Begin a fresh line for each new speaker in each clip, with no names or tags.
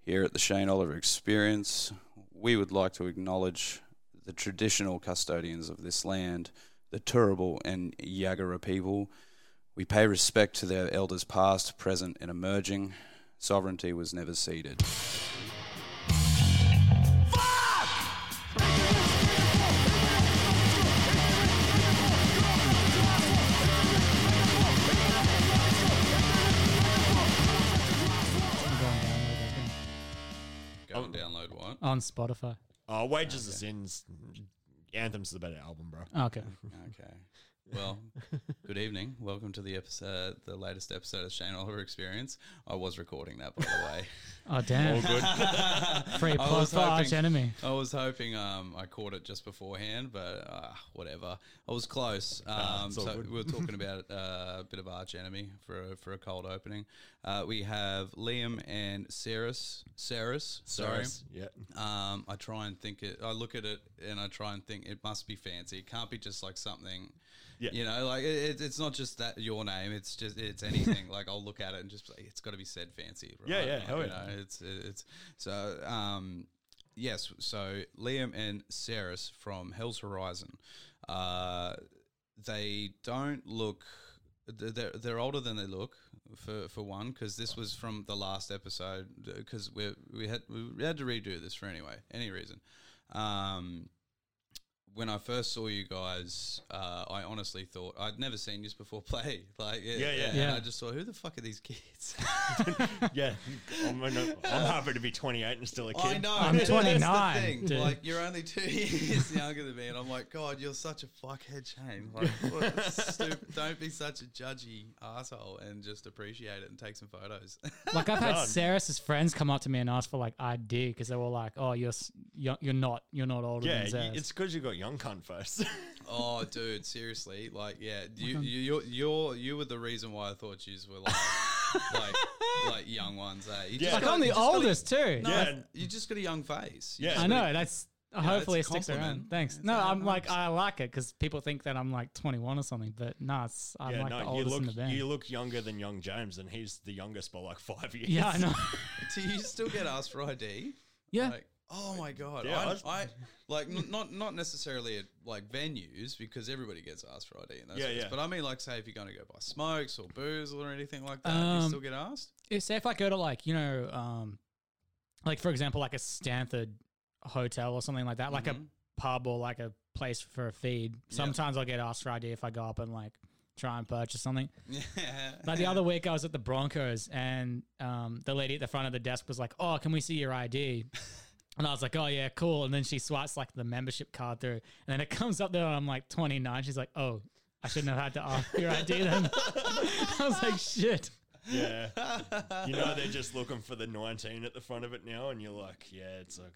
Here at the Shane Oliver Experience, we would like to acknowledge the traditional custodians of this land, the Turrbal and Yagara people. We pay respect to their elders past, present, and emerging. Sovereignty was never ceded. Go and download what?
on Spotify.
Oh, Wages of Sins. Anthem's the better album, bro.
Oh, okay.
Okay. Well, good evening. Welcome to the episode, the latest episode of Shane Oliver Experience. I was recording that, by the way.
Oh damn. Free
I
plug
was
for Arch
hoping-
Enemy.
I was hoping um, I caught it just beforehand, but uh, whatever. I was close. Um,
it's all
so
good.
we were talking about uh, a bit of Arch Enemy for a, for a cold opening. Uh, we have Liam and Saris. Saris, sorry.
Yeah.
Um, I try and think it. I look at it and I try and think it must be fancy. It can't be just like something.
Yeah.
You know, like it, it- it's not just that your name. It's just it's anything. like I'll look at it and just like, it's got to be said fancy. Right?
Yeah, yeah,
Like,
hell
you
yeah.
know, it's it's so um yes. So Liam and Saris from Hell's Horizon, uh, they don't look. th- They're, they're older than they look for for one because this was from the last episode because we we had we had to redo this for anyway any reason. Um, when I first saw you guys, uh, I honestly thought I'd never seen you before play. Like,
Yeah, yeah.
And I
Yeah.
just thought, who the fuck are these kids?
Yeah. I'm, I'm happy to be 28 and still a kid.
I know.
I'm
that's the
29,
thing.
dude.
Like you're only two years younger than me, and I'm like, God, you're such a fuckhead, Shane. Like, what a stup- don't be such a judgy asshole, and just appreciate it and take some photos.
Like I've had
Done.
Sarah's friends come up to me and ask for like ID because they were like, "Oh, you're s- you're, you're not you're not older than
Yeah, y-
Sarah's."
it's because you got young cunt first.
oh, dude, seriously, like, yeah, you you you're, you're you were the reason why I thought you were like. like, like young ones, eh? You just
Yeah.
like
got-
I'm the
you just got a-
oldest too.
No,
Yeah.
you just got a young face. You
Yeah.
just
I
got a-
know that's. hopefully it
it's a
sticks around.
compliment.
Thanks.
It's
no,
a-
I'm like
nice.
I like it because people think that I'm like 21 or something, but nah, it's, I'm
yeah,
like the
no, you
oldest
look
in the band.
you look younger than young James, and he's the youngest by like five years.
yeah, I know.
Do you still get asked for ID?
yeah,
Like, oh my god!
Yeah, I
I,
was-
I, like n- not not necessarily at like venues because everybody gets asked for ID and those
Yeah,
things.
yeah.
But I mean, like, say if you're going to go buy smokes or booze or anything like that, you
Um,
still get asked.
if, say if I go to like you know, um, like for example, like a Stanford hotel or something like that, like
Mhm.
a pub or like a place for a feed. Sometimes I'll get asked for ID if I go up and like try and purchase something.
Yeah.
Like the other week, I was at the Broncos and um, the lady at the front of the desk was like, "Oh, can we see your ID?" And I was like, "Oh yeah, cool." And then she swipes like the membership card through, and then it comes up there, and I'm like 29. She's like, "Oh." I shouldn't have had to ask for your ID then. I was like, shit.
Yeah, you know they're just looking for the 19 at the front of it now, and you're like, yeah, it's okay.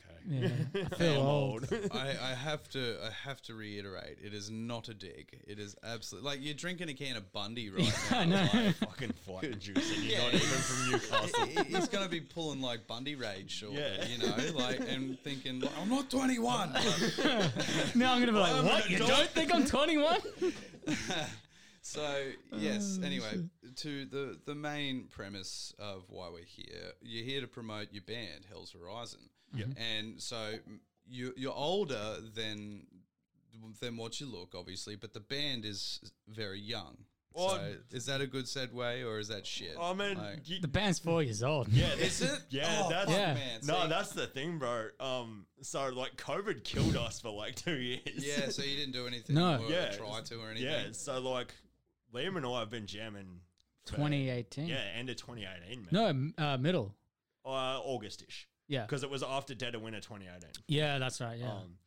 Yeah, I feel
I'm
old.
old.
I, I have to I have to reiterate it is not a dig it is absolutely like you're drinking a can of Bundy right now
I know.
like,
Fucking fight the juice, and you're
Yeah.
not even from Newcastle.
he- he's going to be pulling like Bundy rage shortly
Yeah.
you know like and thinking like, I'm not 21
Now I'm gonna be like,
I'm an
what? You
adult."
don't think I'm 21?
So yes, anyway, to the the main premise of why we're here, you're here to promote your band Hell's Horizon, and so m- you you're older than than what you look, obviously, but the band is very young.
Well,
so is that a good segue or is that shit?
I mean,
Like-
you-
the band's four years old.
yeah, that's-
is it?
Yeah,
Oh,
that's
fuck,
Yeah.
man.
no,
See,
that's the thing, bro. Um, so like COVID killed us for like two years.
yeah. So you didn't do anything.
No.
or
yeah,
try to or anything.
Yeah, so like Liam and I have been jamming. for-
2018.
Yeah, end of 2018, man.
No, m- uh, middle.
uh, Augustish
Yeah.
because it was after Dead of Winter 2018.
Yeah, that's right. Yeah.
Oh.
Um,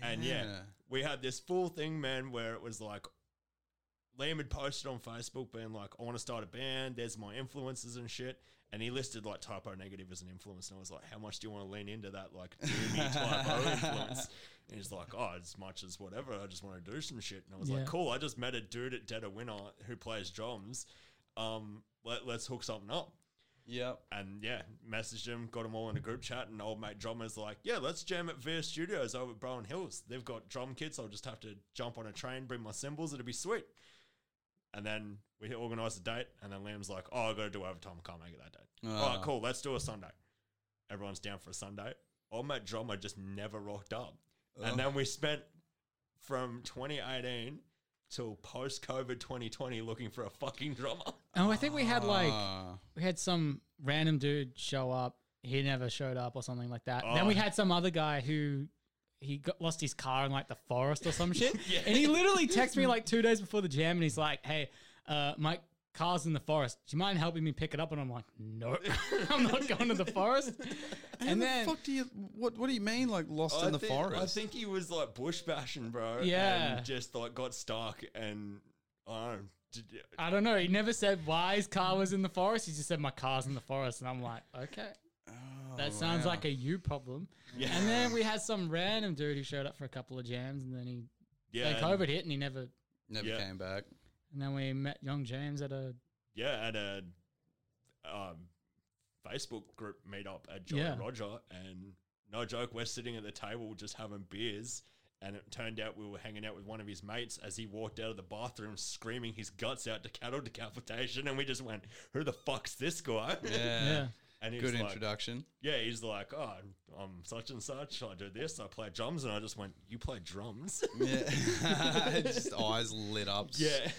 and yeah, we had this full thing, man, where it was like Liam had posted on Facebook being like, I want to start a band. There's my influences and shit. And he listed like typo negative as an influence. And I was like, how much do you want to lean into that like doomy typo influence? And he's like, oh, as much as whatever. I just want to do some shit. And I was
Yeah.
like, cool. I just met a dude at Dead of Winter who plays drums. Um, let, let's hook something up.
Yep.
And yeah, messaged him, got them all in a group chat, and old mate drummer's like, "Yeah, let's jam at Veer Studios over at Bowen Hills. They've got drum kits. I'll just have to jump on a train, bring my cymbals. It'll be sweet." And then we organised a date, and then Liam's like, "Oh, I got to do overtime. I can't make it that day." all
Ah.
right, cool. Let's do a Sunday. Everyone's down for a Sunday. Old mate drummer just never rocked up,
Ugh.
and then we spent from 2018 till post COVID 2020 looking for a fucking drummer.
Oh, I think we had like
Ah.
we had some random dude show up. He never showed up or something like that. Then
Oh.
we had some other guy who he got lost his car in like the forest or some shit. And he literally texted me like two days before the jam and he's like, Hey, uh, my car's in the forest. Do you mind helping me pick it up? And I'm like, No, I'm not going to the forest.
How
And
the
then
fuck do you what? What do you mean, like lost in the
think,
forest?
I think he was like bush bashing, bro.
Yeah.
and just like got stuck and I don't. Did,
I don't know. He never said why his car was in the forest. He just said my car's in the forest, and I'm like, okay, that sounds like a you problem.
Oh, Yeah.
And then we had some random dude who showed up for a couple of jams, and then he
yeah,
then COVID hit, and he never.
never
yeah.
came back.
And then we met young James at a
yeah, at a um, Facebook group meetup at Jolly
Yeah.
Roger, and no joke, we're sitting at the table just having beers. And it turned out we were hanging out with one of his mates as he walked out of the bathroom screaming his guts out to cattle decapitation. And we just went, Who the fuck's this guy?
Yeah,
yeah.
And he
good
was like,
introduction.
Yeah, he's like, oh, I'm- I'm such and such. I do this. I play drums, and I just went, you play drums?
yeah, just eyes lit up. s-
yeah,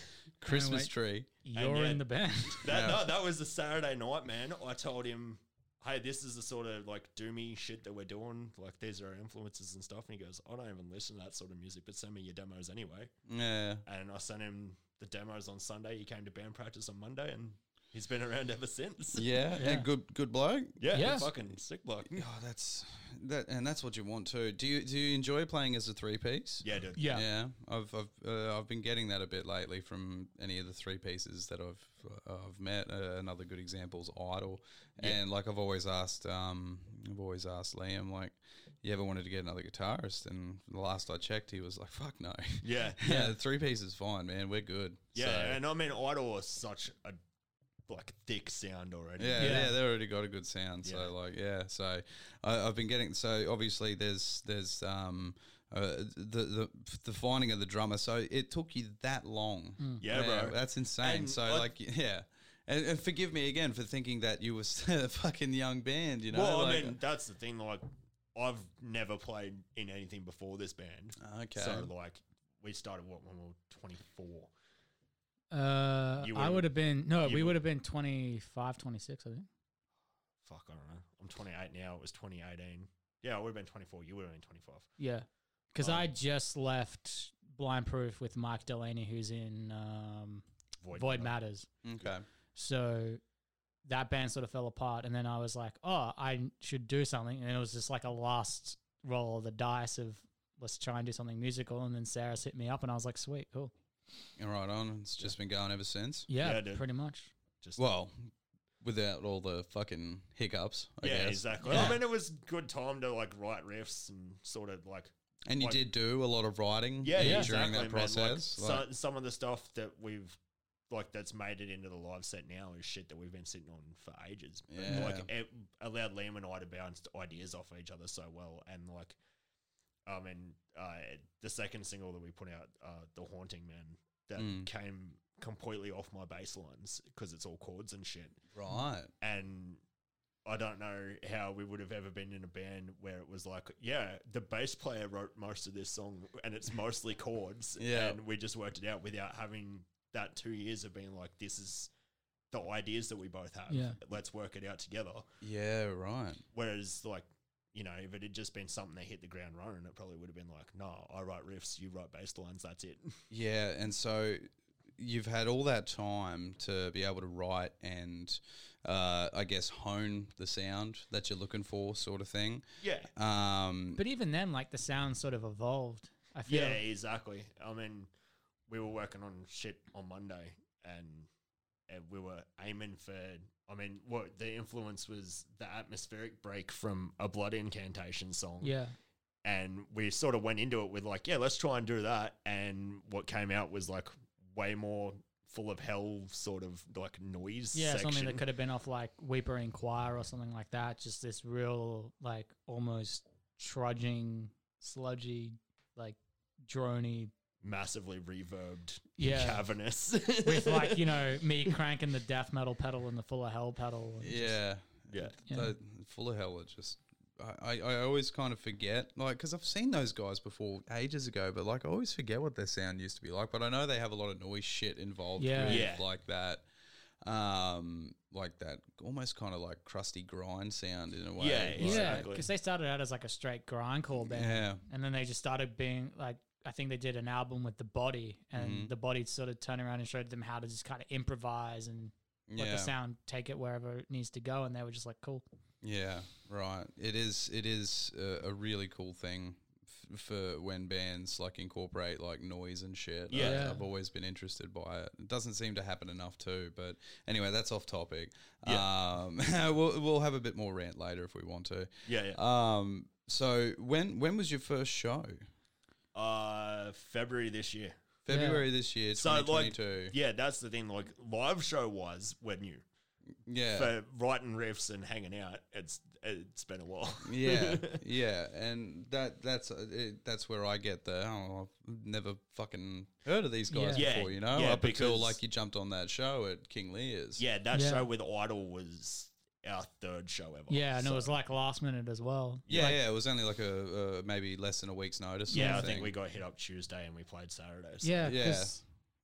Christmas
wait.
tree.
You're
yeah.
in the band.
that no, that was a Saturday night, man. I told him, hey, this is the sort of like doomy shit that we're doing. Like these are our influences and stuff. And he goes, I don't even listen to that sort of music, but send me your demos anyway.
Yeah,
And I sent him the demos on Sunday. He came to band practice on Monday, and he's been around ever since.
yeah,
Yeah.
and good, good bloke.
Yeah,
Yeah.
fucking sick bloke.
Oh, that's that, and that's what you want too. Do you do you enjoy playing as a three piece?
Yeah, dude.
Yeah.
Yeah, I've I've uh, I've been getting that a bit lately from any of the three pieces that I've I've met. Uh, another good example's Idol, and like I've always asked, um, I've always asked Liam, like, you ever wanted to get another guitarist? And the last I checked, he was like, "Fuck no."
Yeah.
yeah, the three piece is fine, man. We're good.
Yeah,
So-
and I mean, Idol is such a like thick sound already.
Yeah,
Yeah.
yeah, they already got a good sound.
Yeah.
So like, yeah, so I, I've been getting. So obviously, there's there's um uh, the the the finding of the drummer. So it took you that long.
Yeah, bro.
that's insane.
And
so
I-
like, yeah. And, and forgive me again for thinking that you were a fucking young band, you know?
well,
like-
I mean, that's the thing. Like, I've never played in anything before this band.
Okay.
So, like, we started what when we were twenty four.
Uh,
You
I
would've-
would have been no,
you
we
would-
would have been 25, 26, I think.
Fuck, I don't know. I'm twenty eight now. It was twenty eighteen. Yeah, I would have been twenty four. You would have been twenty five.
Yeah, because
Um,
I just left Blind Proof with Mike Delaney, who's in um, Void, Matters.
okay.
So that band sort of fell apart, and then I was like, "Oh, I n- should do something." And it was just like a last roll of the dice of let's try and do something musical. And then Sarah's hit me up, and I was like, "Sweet, cool,
And right on. It's just been going ever since.
yeah,
Yeah, dude.
pretty much."
Just
Well, without all the fucking hiccups, I
yeah,
guess.
exactly.
Yeah.
I mean, it was good time to like write riffs and sort of like
And you
Like-
did do a lot of writing
yeah, yeah,
during
exactly,
that process.
Man. Like,
Like-
so, some of the stuff that we've like that's made it into the live set now is shit that we've been sitting on for ages. But,
Yeah.
Like it allowed Liam and I to bounce ideas off each other so well, and like, I mean, uh, the second single that we put out, uh, "The Haunting Man," that
Mm.
came completely off my bass lines because it's all chords and shit
right.
and I don't know how we would have ever been in a band where it was like, yeah, the bass player wrote most of this song and it's mostly chords.
Yeah.
And we just worked it out without having that two years of being like, this is the ideas that we both have.
Yeah.
Let's work it out together.
Yeah, right.
Whereas, like, you know, if it had just been something that hit the ground running, it probably would have been like, no, I write riffs, you write bass lines, that's it.
Yeah, and so you've had all that time to be able to write and uh, I guess hone the sound that you're looking for, sort of thing.
Yeah.
Um,
But even then, like the sound sort of evolved. I feel
Yeah, exactly. I mean, we were working on shit on Monday, and, and we were aiming for. I mean, what the influence was the atmospheric break from a blood incantation song
Yeah.
and we sort of went into it with like, yeah, let's try and do that. And what came out was like way more full of hell, sort of like noise.
Yeah,
section.
something that could have been off like Weeper and Choir or something like that. Just this real, like, almost trudging, sludgy, like, drony.
massively reverbed,
Yeah.
cavernous.
With, like, you know, me cranking the death metal pedal and the full of hell pedal. and just-
Yeah.
yeah,
Yeah.
The Full of Hell are just. I, I- I always kind of forget, like, because I've seen those guys before ages ago, but like, I always forget what their sound used to be like. But I know they have a lot of noise shit involved,
Yeah.
with,
Yeah.
like that, um, like that almost kind of like crusty grind sound in a way.
Yeah,
like-
Yeah,
Exactly.
because they started out as like a straight grindcore band,
Yeah.
and then they just started being like, I think they did an album with the Body, and
Mm-hmm.
the Body sort of turned around and showed them how to just kind of improvise and let
Yeah.
the sound take it wherever it needs to go, and they were just like, cool.
Yeah, right. It is. It is a, a really cool thing f- for when bands like incorporate like noise and shit. I-
Yeah.
I've always been interested by it. It doesn't seem to happen enough too. But anyway, that's off topic. Um, we'll we'll have a bit more rant later if we want to.
yeah, yeah.
Uh,
Um, so when when was your first show?
Uh, February this year.
February this year,
So
twenty twenty
like,
two.
yeah, that's the thing. Like live show wise, we're new
Yeah,
for writing riffs and hanging out. It's it's been a while.
yeah, yeah, and that that's uh, it, that's where I get the oh, I've never fucking heard of these guys
Yeah. Yeah,
before, you know,
yeah,
up until
because-
like you jumped on that show at King Lear's.
yeah, that
Yeah.
show with Idol was our third show ever.
Yeah, and
So-
it was like last minute as well.
yeah, yeah. It was only like a uh, maybe less than a week's notice.
Yeah,
sort
I
of
think
thing.
we got hit up Tuesday and we played Saturday. so-
Yeah,
Yeah.
'cause-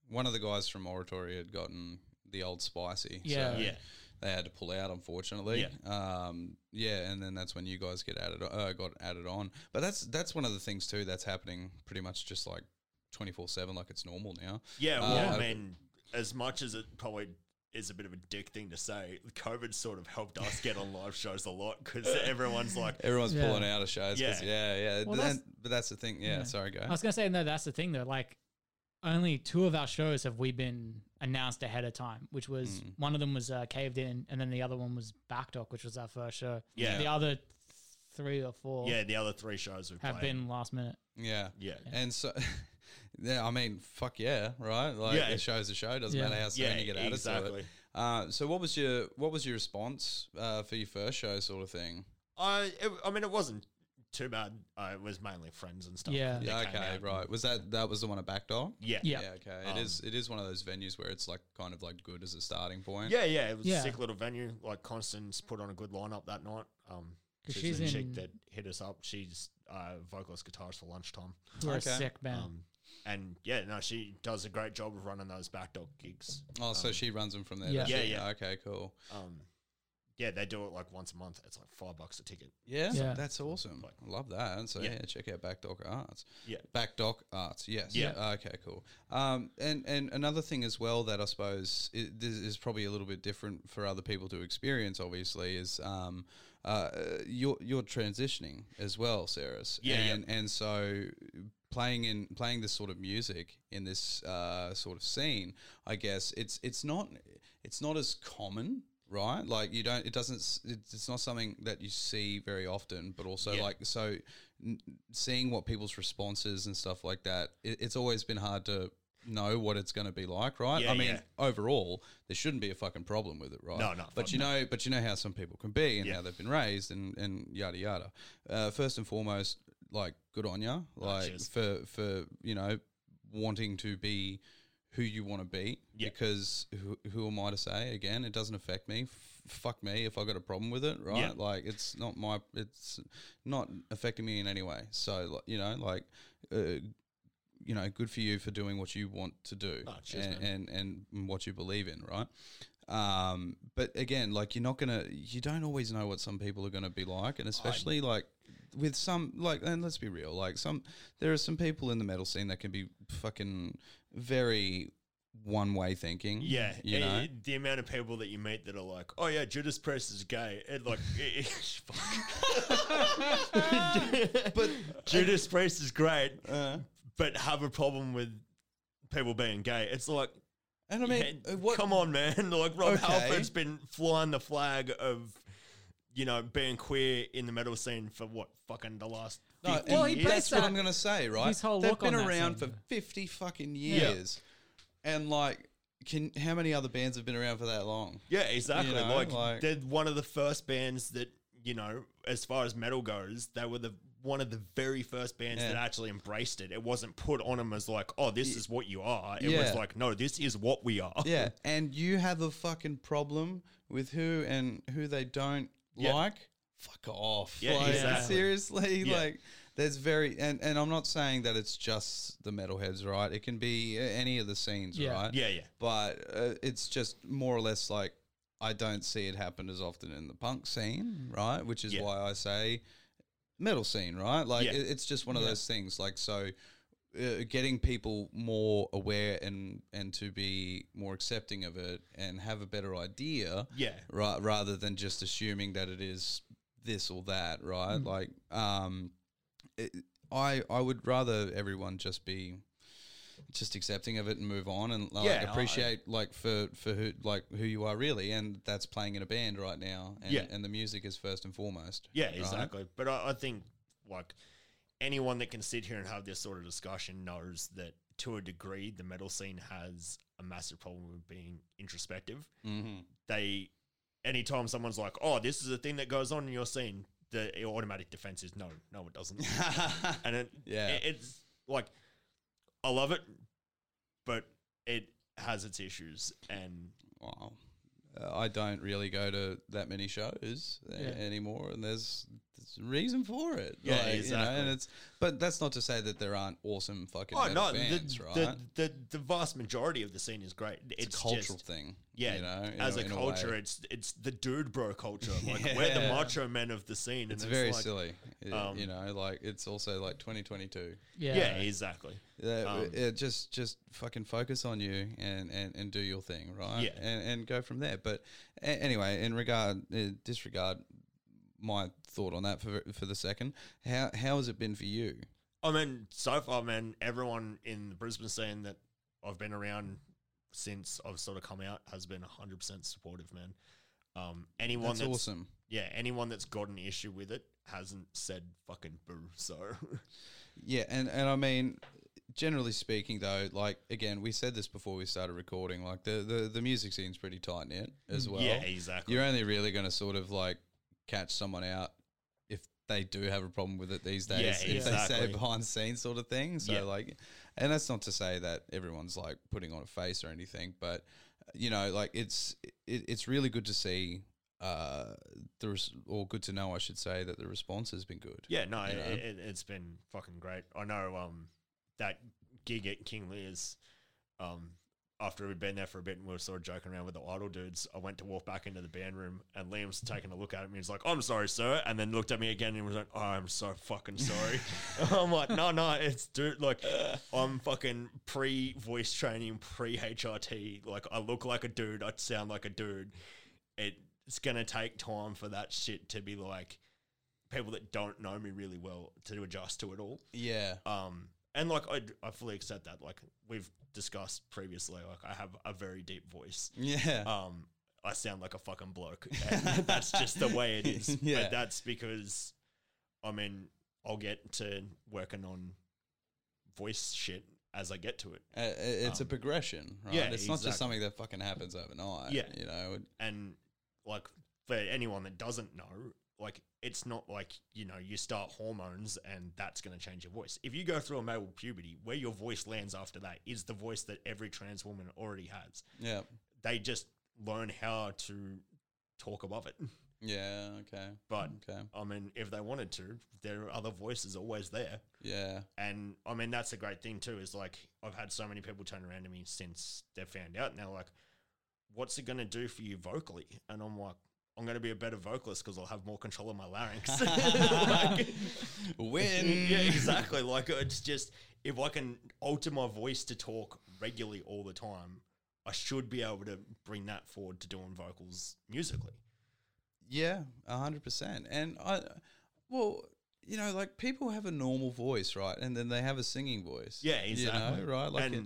One of the guys from Oratory had gotten the old spicy.
Yeah.
so
Yeah.
They had to pull out, unfortunately. Yeah. Um, yeah, and then that's when you guys get added, uh, got added on. But that's that's one of the things too that's happening pretty much just like twenty four seven, like it's normal now.
Yeah, well,
Uh,
I mean, as much as it probably is a bit of a dick thing to say, COVID sort of helped us get on live shows a lot because everyone's like,
Everyone's
Yeah.
pulling out of shows. 'cause- Yeah,
Yeah.
yeah.
Well,
Then-
that's-
but that's the thing. Yeah,
Yeah.
sorry, go.
I was gonna say no. That's the thing though. Like, only two of our shows have we been announced ahead of time, which was
Hmm.
one of them was uh, caved in, and then the other one was Backdock, which was our first show.
Yeah.
the other three or four
yeah, the other three shows we've
have
played.
been last minute.
yeah.
Yeah.
And so, yeah, I mean, fuck yeah, right? Like,
Yeah.
it shows a show. Doesn't
Yeah.
matter how soon
Yeah,
you get added to it.
exactly.
Uh, so, what was your what was your response uh, for your first show, sort of thing?
I, it, I mean, it wasn't too bad. Uh, it was mainly friends and stuff.
Yeah.
that
Yeah,
came
okay,
out. Um,
right. Was that that was the one at Backdoor?
Yeah.
Yeah.
Yeah, okay. It is it is one of those venues where it's like kind of like good as a starting point.
Yeah, yeah, it was
Yeah.
a sick little venue. Like Constance put on a good lineup that night. Um,
'Cause
she's,
she's
the
in-
chick that hit us up. She's uh, vocalist, guitarist for lunchtime.
We're
Okay.
a sick band.
Um, and yeah, no, she does a great job of running those backdog gigs.
Oh, so she runs them from there.
Yeah.
does
Um, Yeah,
she?
yeah.
Okay, cool.
Um, yeah, they do it like once a month. It's like five bucks a ticket.
Yeah,
Yeah.
that's awesome.
Like-
I love that. And so yeah.
Yeah.
check out Backdock Arts.
Yeah.
Backdock Arts. Yes.
Yeah.
Okay. Cool. Um, and and another thing as well that I suppose i this is probably a little bit different for other people to experience. Obviously, is um, uh, you're you're transitioning as well, Sarahs.
Yeah, yeah.
And and so playing in playing this sort of music in this uh, sort of scene, I guess it's it's not it's not as common, right? Like you don't it doesn't s- it's it's not something that you see very often, but also
Yeah.
like so n- seeing what people's responses and stuff like that, it, it's always been hard to know what it's going to be like, right?
Yeah,
I mean,
yeah.
overall, there shouldn't be a fucking problem with it, right?
No, no,
But
fuck
you know, but you know how some people can be and
Yeah.
how they've been raised and and yada yada. Uh, first and foremost, like good on you, like
Oh, cheers.
for for you know wanting to be who you want to be
Yeah.
because who, who am i to say again it doesn't affect me F- fuck me if i got a problem with it right
Yeah.
like it's not my it's not affecting me in any way so like, you know like uh, you know good for you for doing what you want to do
Oh, cheers,
and, and and what you believe in right um but again like you're not gonna you don't always know what some people are gonna be like and especially like with some like and let's be real like some there are some people in the metal scene that can be fucking very one way thinking
Yeah,
you
it-
know
it- the amount of people that you meet that are like, "Oh yeah, Judas Priest is gay," and like, it- it-
Uh.
fuck. but Judas Priest is great, but have a problem with people being gay. It's like,
And I mean,
yeah,
uh, what?
come on, man. Like, Rob
Okay.
Halford's been flying the flag of, you know, being queer in the metal scene for what, fucking the last
No,
50
well,
he
years?
based
that's what
that-
I'm going to say, right?
his whole
They've
look
been
on that
around
thing.
for 50 fucking
Yeah.
years. And like, can how many other bands have been around for that long?
Yeah, exactly.
know,
like,
like-
they're one of the first bands that you know, as far as metal goes, they were the one of the very first bands
Yeah.
that actually embraced it. It wasn't put on them as like, oh, this is what you are. It
Yeah.
was like, no, this is what we are.
Yeah, and you have a fucking problem with who and who they don't
Yeah.
like. Fuck off.
Yeah,
like,
exactly.
Seriously,
Yeah.
like there's very and and I'm not saying that it's just the metalheads, right? It can be uh, any of the scenes,
Yeah.
right?
yeah, yeah,
But uh, it's just more or less like I don't see it happen as often in the punk scene, right? Which is
Yeah.
why I say metal scene, right? Like
Yeah.
it, it's just one of those things. Like so, uh, getting people more aware and and to be more accepting of it and have a better idea,
yeah,
right? Rather than just assuming that it is this or that,
Mm.
right? Like, um, it, I I would rather everyone just be just accepting of it and move on and like
Yeah, I-
appreciate like for for who like who you are really and that's playing in a band right now and,
Yeah.
and the music is first and foremost
yeah,
right?
exactly. But I, I think like anyone that can sit here and have this sort of discussion knows that to a degree, the metal scene has a massive problem with being introspective.
Mhm.
they anytime someone's like, "Oh, this is a thing that goes on in your scene," the automatic defense is no, no, it doesn't. and it,
Yeah.
it- it's like I love it, but it has its issues, and
wow. Uh, I don't really go to that many shows a-
Yeah.
anymore, and there's, there's a reason for it.
Yeah,
you know, and
exactly.
it's but that's not to say that there aren't awesome fucking
oh
metal
no,
bands,
the,
right?
the, the the vast majority of the scene is great. It's,
it's a cultural
just-
thing.
Yeah,
you know, in
as a
in way.
culture, it's it's the dude bro culture. Like we're the
Yeah.
macho men of the scene.
it's
and
very
like,
silly. It-
um,
you know, like it's also like 2022.
Yeah.
Yeah, exactly.
Yeah,
Um,
it just just fucking focus on you and, and, and do your thing, right?
Yeah.
and, and go from there. But a- anyway, in regard uh, disregard my thought on that for for the second. How how has it been for you?
I mean, so far, man, everyone in the Brisbane scene that I've been around since I've sort of come out has been 100% supportive, man. Um, anyone
That's
that's,
awesome.
Yeah, anyone that's got an issue with it hasn't said fucking boo. So,
Yeah, and and I mean, generally speaking, though, like again, we said this before we started recording. Like the the, the music scene's pretty tight knit as well.
Mm, yeah, exactly.
You're only really going to sort of like catch someone out if they do have a problem with it these days.
Yeah,
if they say
exactly.
behind the scenes sort of thing. So
Yeah.
like, and that's not to say that everyone's like putting on a face or anything, but you know, like it's it, it's really good to see. Uh, the res- or good to know, I should say that the response has been good.
yeah, no,
you
it,
know?
it, it's been fucking great. I know um, that gig at King Lear's, um, after we'd been there for a bit and we were sort of joking around with the idol dudes, I went to walk back into the band room and Liam's taking a look at me. He's like, I'm sorry, sir. And then looked at me again and was like, oh, I'm so fucking sorry. I'm like, no, no, it's dude. Like, I'm fucking pre voice training, pre HRT. Like, I look like a dude. I sound like a dude. It, it's going to take time for that shit to be like people that don't know me really well to adjust to it all.
yeah.
Um, and like I, I fully accept that. Like we've discussed previously, like I have a very deep voice.
Yeah.
Um, I sound like a fucking bloke. And that's just the way it is.
Yeah.
But that's because, I mean, I'll get to working on voice shit as I get to it.
Uh, it- it's a
Um,
progression, right?
yeah,
it's not just
exactly.
something that fucking happens overnight.
Yeah.
you know. it-
and like for anyone that doesn't know like it's not like you know you start hormones and that's going to change your voice if you go through a male puberty where your voice lands after that is the voice that every trans woman already has
Yeah,
they just learn how to talk above it
yeah, okay,
but
okay,
i mean if they wanted to there are other voices always there
yeah,
and I mean, that's a great thing too. Is like I've had so many people turn around to me since they found out, and they're like, "What's it going to do for you vocally?" And I'm like, "I'm going to be a better vocalist because I'll have more control of my larynx." Like,
win.
yeah, exactly. Like it's just if I can alter my voice to talk regularly all the time, I should be able to bring that forward to doing vocals musically.
Yeah, a hundred percent. And I, well, you know, like people have a normal voice, right? And then they have a singing voice.
Yeah,
you know,
exactly.
right? Like,
and
it-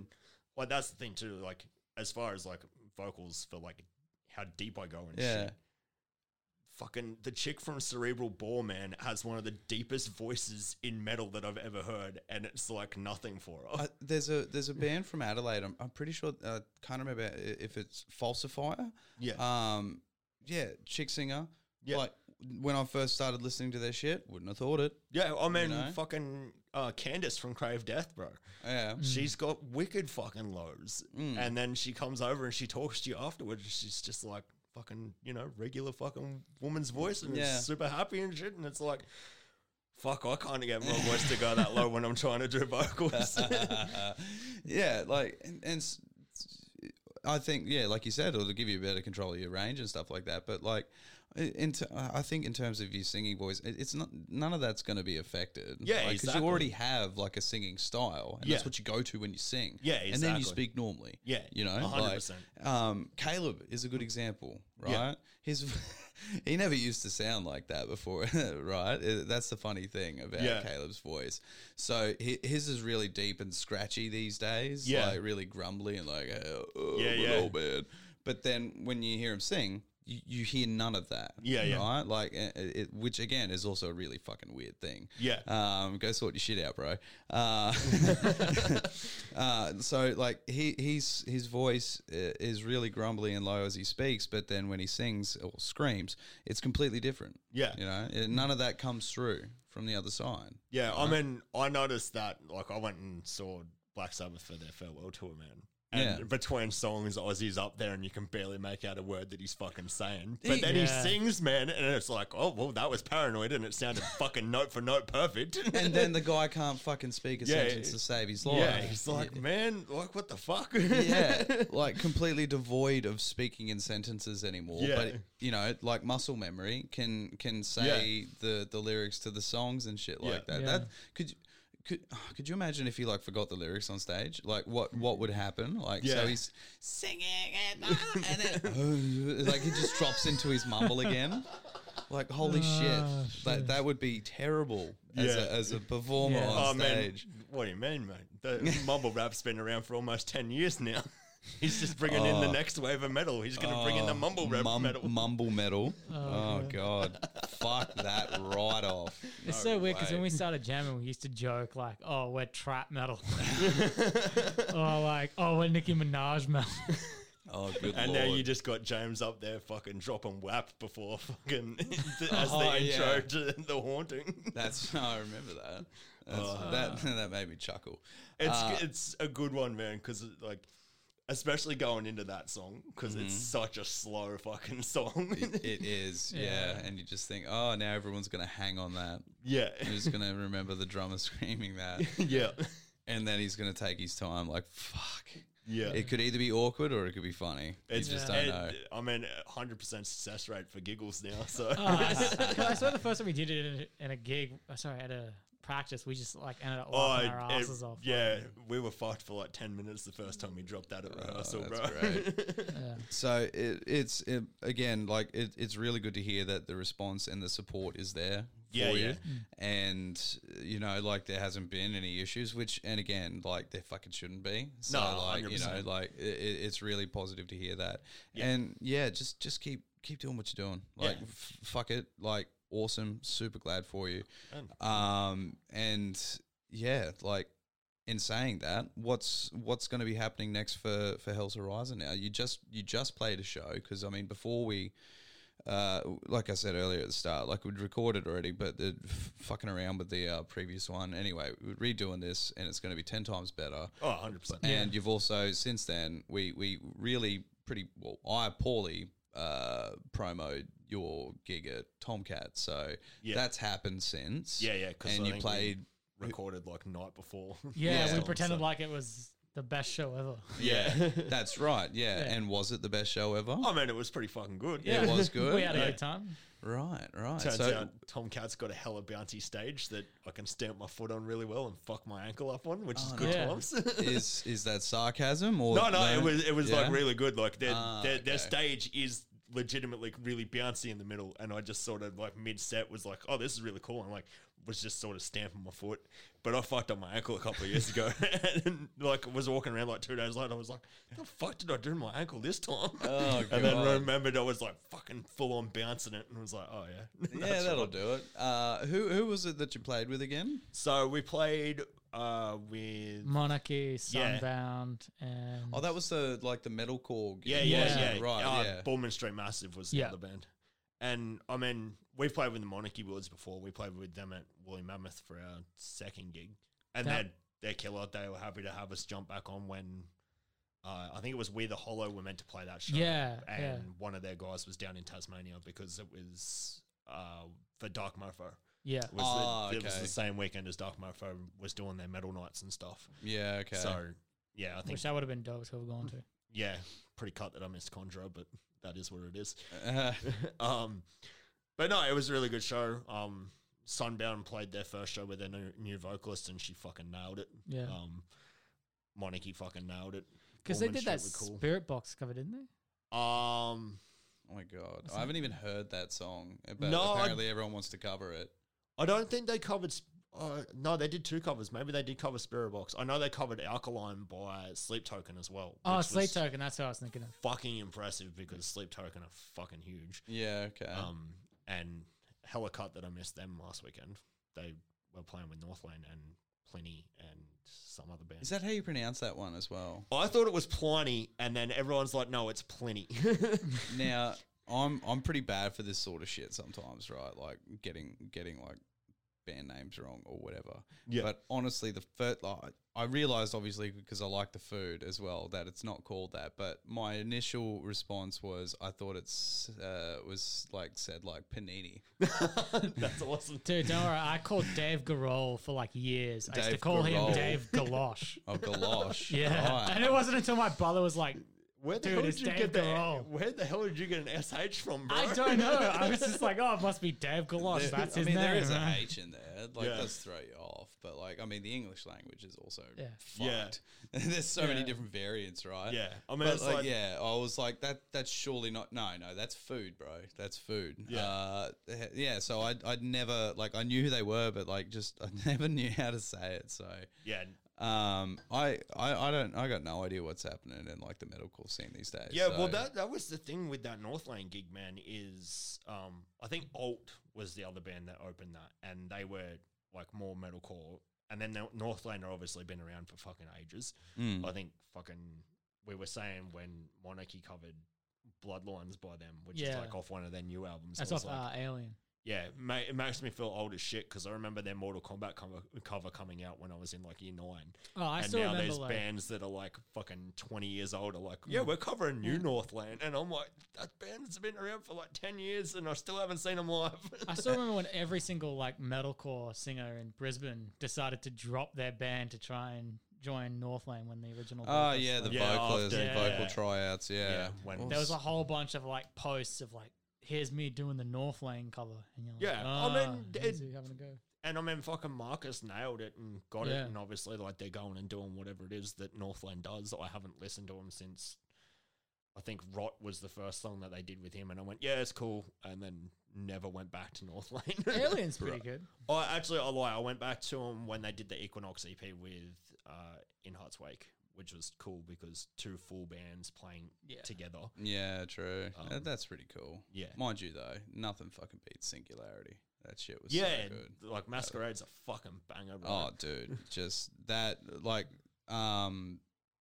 Like that's the thing too. Like as far as like vocals for like how deep I go and
Yeah.
shit. Fucking the chick from Cerebral Bore Man has one of the deepest voices in metal that I've ever heard, and it's like nothing for her.
Uh, there's a there's a band from Adelaide. I'm, I'm pretty sure. I can't remember i- if it's Falsifier.
Yeah.
Um. Yeah. Chick singer.
Yeah.
Like when I first started listening to their shit, wouldn't have thought it.
yeah, I mean,
know?
fucking uh, Candace from Crave Death, bro.
Yeah.
She's got wicked fucking lows. And then she comes over and she talks to you afterwards. She's just like fucking, you know, regular fucking woman's voice and
Yeah.
is super happy and shit. And it's like, fuck, I can't get my voice to go that low when I'm trying to do vocals.
yeah. Like and, and s- I think yeah, like you said, it'll give you better control of your range and stuff like that. But like. i- In t- I think in terms of your singing voice, it- it's not none of that's going to be affected.
Yeah,
because
exactly.
you already have like a singing style, and
Yeah.
that's what you go to when you sing.
Yeah,
and then
exactly.
you speak normally.
Yeah,
you know,
a hundred
like,
percent.
um, Caleb is a good example, right?
Yeah.
His he never used to sound like that before, right? Uh, That's the funny thing about
Yeah.
Caleb's voice. So hi- his is really deep and scratchy these days,
Yeah.
like really grumbly and like uh, oh,
Yeah,
yeah,
yeah.
bad. But then when you hear him sing. You, you hear none of that,
Yeah, yeah.
right? Like, uh, it, which again is also a really fucking weird thing.
Yeah.
um, go sort your shit out, bro. Uh, Uh, so like he he's his voice uh, is really grumbly and low as he speaks, but then when he sings or screams, it's completely different.
Yeah.
you know, And none of that comes through from the other side.
yeah, I mean, I noticed that. Like, I went and saw Black Sabbath for their farewell tour, man. And
Yeah.
between songs, Ozzy's up there and you can barely make out a word that he's fucking saying. But then he
Yeah.
sings, man, and it's like, oh, well, that was paranoid and it sounded fucking note for note perfect.
And then the guy can't fucking speak a
Yeah,
sentence to save his life.
Yeah, he's like, man, like what the fuck?
yeah, like completely devoid of speaking in sentences anymore.
Yeah.
But you know, like muscle memory can can say the the lyrics to the songs and shit like
Yeah.
that.
Yeah.
That could. you- Could, could you imagine if he like forgot the lyrics on stage? Like what what would happen? Like
Yeah.
so he's singing and, and then oh, like he just drops into his mumble again. Like holy shit, that that would be terrible as
Ah, Yeah. Oh,
a as a performer
Yeah.
on
man,
stage.
what do you mean, mate? The mumble rap's been around for almost ten years now. He's just bringing in the next wave of metal. He's going to bring in the mumble rap
Oh. Mum-
metal.
Mumble metal. Oh, god. Fuck that right off.
It's so weird because when we started jamming, we used to joke like, "Oh, we're trap metal," or like, "Oh, we're Nicki Minaj metal."
Oh good
and
lord.
now you just got James up there fucking dropping WAP before fucking as
Oh,
the intro
yeah.
to the haunting.
That's I remember that. That's, that that made me chuckle.
It's
Uh,
it's a good one, man, because like especially going into that song because it's
Mm-hmm.
such a slow fucking song.
It is, yeah. And you just think, oh, now everyone's gonna hang on that.
yeah,
Who's gonna remember the drummer screaming that?
yeah,
And then he's gonna take his time. Like fuck.
yeah.
It could either be awkward or it could be funny. It's just don't
And,
know.
I mean, hundred percent success rate for giggles now. So
Oh, I, s- I swear the first time we did it in a, in a gig, oh, sorry, at a practice, we just like ended up laughing our
Oh, it-
asses off.
yeah, we were fucked for like ten minutes the first time we dropped that at rehearsal, bro.
Oh, great. So it, it's it, again like it, it's really good to hear that the response and the support is there for
Yeah,
you,
yeah.
and you know like there hasn't been any issues. Which and again like there fucking shouldn't be. So
No,
like you know
100%.
like it, it's really positive to hear that. And yeah, just just keep keep doing what you're doing. Like f- fuck it, like awesome, super glad for you. Um and yeah, like in saying that, what's what's going to be happening next for for Hell's Horizon now? You just you just played a show because I mean before we. Uh, like I said earlier at the start, like we'd recorded already, but the f- fucking around with the uh, previous one. Anyway, we're redoing this, and it's going to be ten times better.
Oh, 100 percent.
And you've also since then we we really pretty well I poorly uh promoted your gig at Tomcat. So
Yeah.
that's happened since.
Yeah, yeah. 'cause
And
I
you
think we
played
recorded like night before.
yeah,
Yeah.
we pretended
So-
like it was the best show ever.
Yeah. that's right. Yeah. And was it the best show ever?
I mean, Oh, it was pretty fucking good.
It was good.
we had a
Yeah.
good time.
Right, right.
Turns
so
out Tomcat's got a hella bouncy stage that I can stamp my foot on really well and fuck my ankle up on, which is
Oh,
good
Yeah.
times.
is is that sarcasm or
No, no, it was it was like really good. Like their
Ah,
their, their
okay.
stage is legitimately really bouncy in the middle, and I just sort of like mid set was like, "Oh, this is really cool." And like was just sort of stamping my foot, but I fucked up my ankle a couple of years ago, and like was walking around like two days later. I was like, "The fuck did I do to my ankle this time?"
Oh,
and then
God.
remembered I was like fucking full on bouncing it, and was like, "Oh yeah,
yeah, that'll do it. Uh, who who was it that you played with again?
So we played uh, with
Monarchy,
Yeah.
Sunbound, and
Oh, that was the like the metalcore.
yeah,
game,
yeah,
wasn't
yeah,
it? Right.
Uh,
yeah.
Bullman Street Massive was the
Yeah.
other band, and I mean we've played with the Monarchy Woods before. We played with them at Woolly Mammoth for our second gig, and
Yeah.
then their killer. They were happy to have us jump back on when. Uh, I think it was We the Hollow were meant to play that show.
Yeah,
And
yeah.
one of their guys was down in Tasmania because it was uh, for Dark Mofo.
yeah,
It was,
Ah,
the, it was
okay.
the same weekend as Dark Mofo was doing their metal nights and stuff.
Yeah. Okay.
So, yeah, I think
which that would have been dope to have gone to.
yeah, pretty cut that I missed Conjure, but that is what it is.
Uh,
um, but no, it was a really good show. Um, Sunbound played their first show with their new, new vocalist, and she fucking nailed it.
Yeah.
Um, Monarchy fucking nailed it.
Because they
Gorman
did that
Street were
Spirit Box cover, didn't they?
cool. Um,
oh my God, I haven't even heard that song. uh, But
No, I-
apparently everyone wants to cover it.
I don't think they covered. Sp- Uh, no, they did two covers. Maybe they did cover Spirit Box. I know they covered Alkaline by Sleep Token as well.
Oh,
which
Slate
was
Token. That's what I was thinking of.
Fucking impressive because Sleep Token are fucking huge.
Yeah. Okay.
Um, and hella cut that I missed them last weekend. They were playing with Northland and Pliny and some other band.
Is that how you pronounce that one as well?
I thought it was Pliny, and then everyone's like, "No, it's Pliny."
Now, I'm I'm pretty bad for this sort of shit sometimes, right? Like getting getting like band names wrong or whatever.
Yeah.
But honestly, the first like, I realized obviously because I like the food as well that it's not called that. But my initial response was I thought it's uh, was like said like panini.
That's awesome.
Dude, don't worry. I called Dave Garol for like years. I used to
Dave
call him
Grohl.
Dave Galosh.
Oh galosh.
Yeah.
Right.
And it wasn't until my brother was like,
Where the
Dude,
hell
it's
did you
Dave
get that?
Grohl.
Where the hell did you get an sh from, bro?
I don't know. I was just like, oh, it must be Dave Galosh.
There-
That's
I
his
mean,
name.
there is a
right?
H in there. Like,
Yeah.
does throw you off. But, like, I mean, the English language is also
Yeah.
Yeah.
fucked. There's so many
Yeah.
different variants, right?
Yeah. I mean,
But,
it's
like,
like-
yeah, I was like, that. That's surely not. No, no, that's food, bro. That's food.
Yeah.
Uh, eh, yeah. So I, I'd never like, I knew who they were, but like, just I never knew how to say it. So,
yeah,
um, I, I, I don't, I got no idea what's happening in like the metalcore scene these days.
yeah. Well,
so-
that that was the thing with that Northland gig, man. Is um, I think Alt was the other band that opened that, and they were like more metalcore. And then the- Northland are obviously been around for fucking ages.
Mm.
I think fucking we were saying when Monarchy covered Bloodlines by them, which is
Yeah.
like off one of their new albums.
That's
I was
off
like,
uh, Alien.
yeah, it, ma- it makes me feel old as shit because I remember their Mortal Kombat cover, cover coming out when I was in like year nine.
Oh, I
and
still
now
remember
there's
like,
bands that are like fucking 20 years old are like, yeah, we're covering New Northland. And I'm like, that band's been around for like 10 years and I still haven't seen them live.
I still remember when every single like metalcore singer in Brisbane decided to drop their band to try and join Northland when the original.
Oh
vocalist
yeah, the
left.
Yeah,
vocals,
after-
the
Yeah.
vocal tryouts. Yeah.
Yeah, when-
Well,
there was a whole bunch of like posts of like, "Here's me doing the Northland cover," and you're like,
Yeah, I
oh,
mean,
here's
it-
you having a go."
and I mean, fucking Marcus nailed it and got
Yeah.
it. And obviously, like, they're going and doing whatever it is that Northland does. I haven't listened to them since I think Rot was the first song that they did with him. And I went, yeah, it's cool. And then never went back to Northland.
Alien's pretty good.
Oh, actually, I lie. I went back to them when they did the Equinox EP with uh, In Heart's Wake, which was cool because two full bands playing
Yeah.
together.
Yeah, true. That-
Um,
That's pretty cool.
yeah.
Mind you, though, nothing fucking beats Singularity. That shit was so
yeah,
good.
like Masquerade's a fucking banger. Bro.
Oh, dude, just that like, um,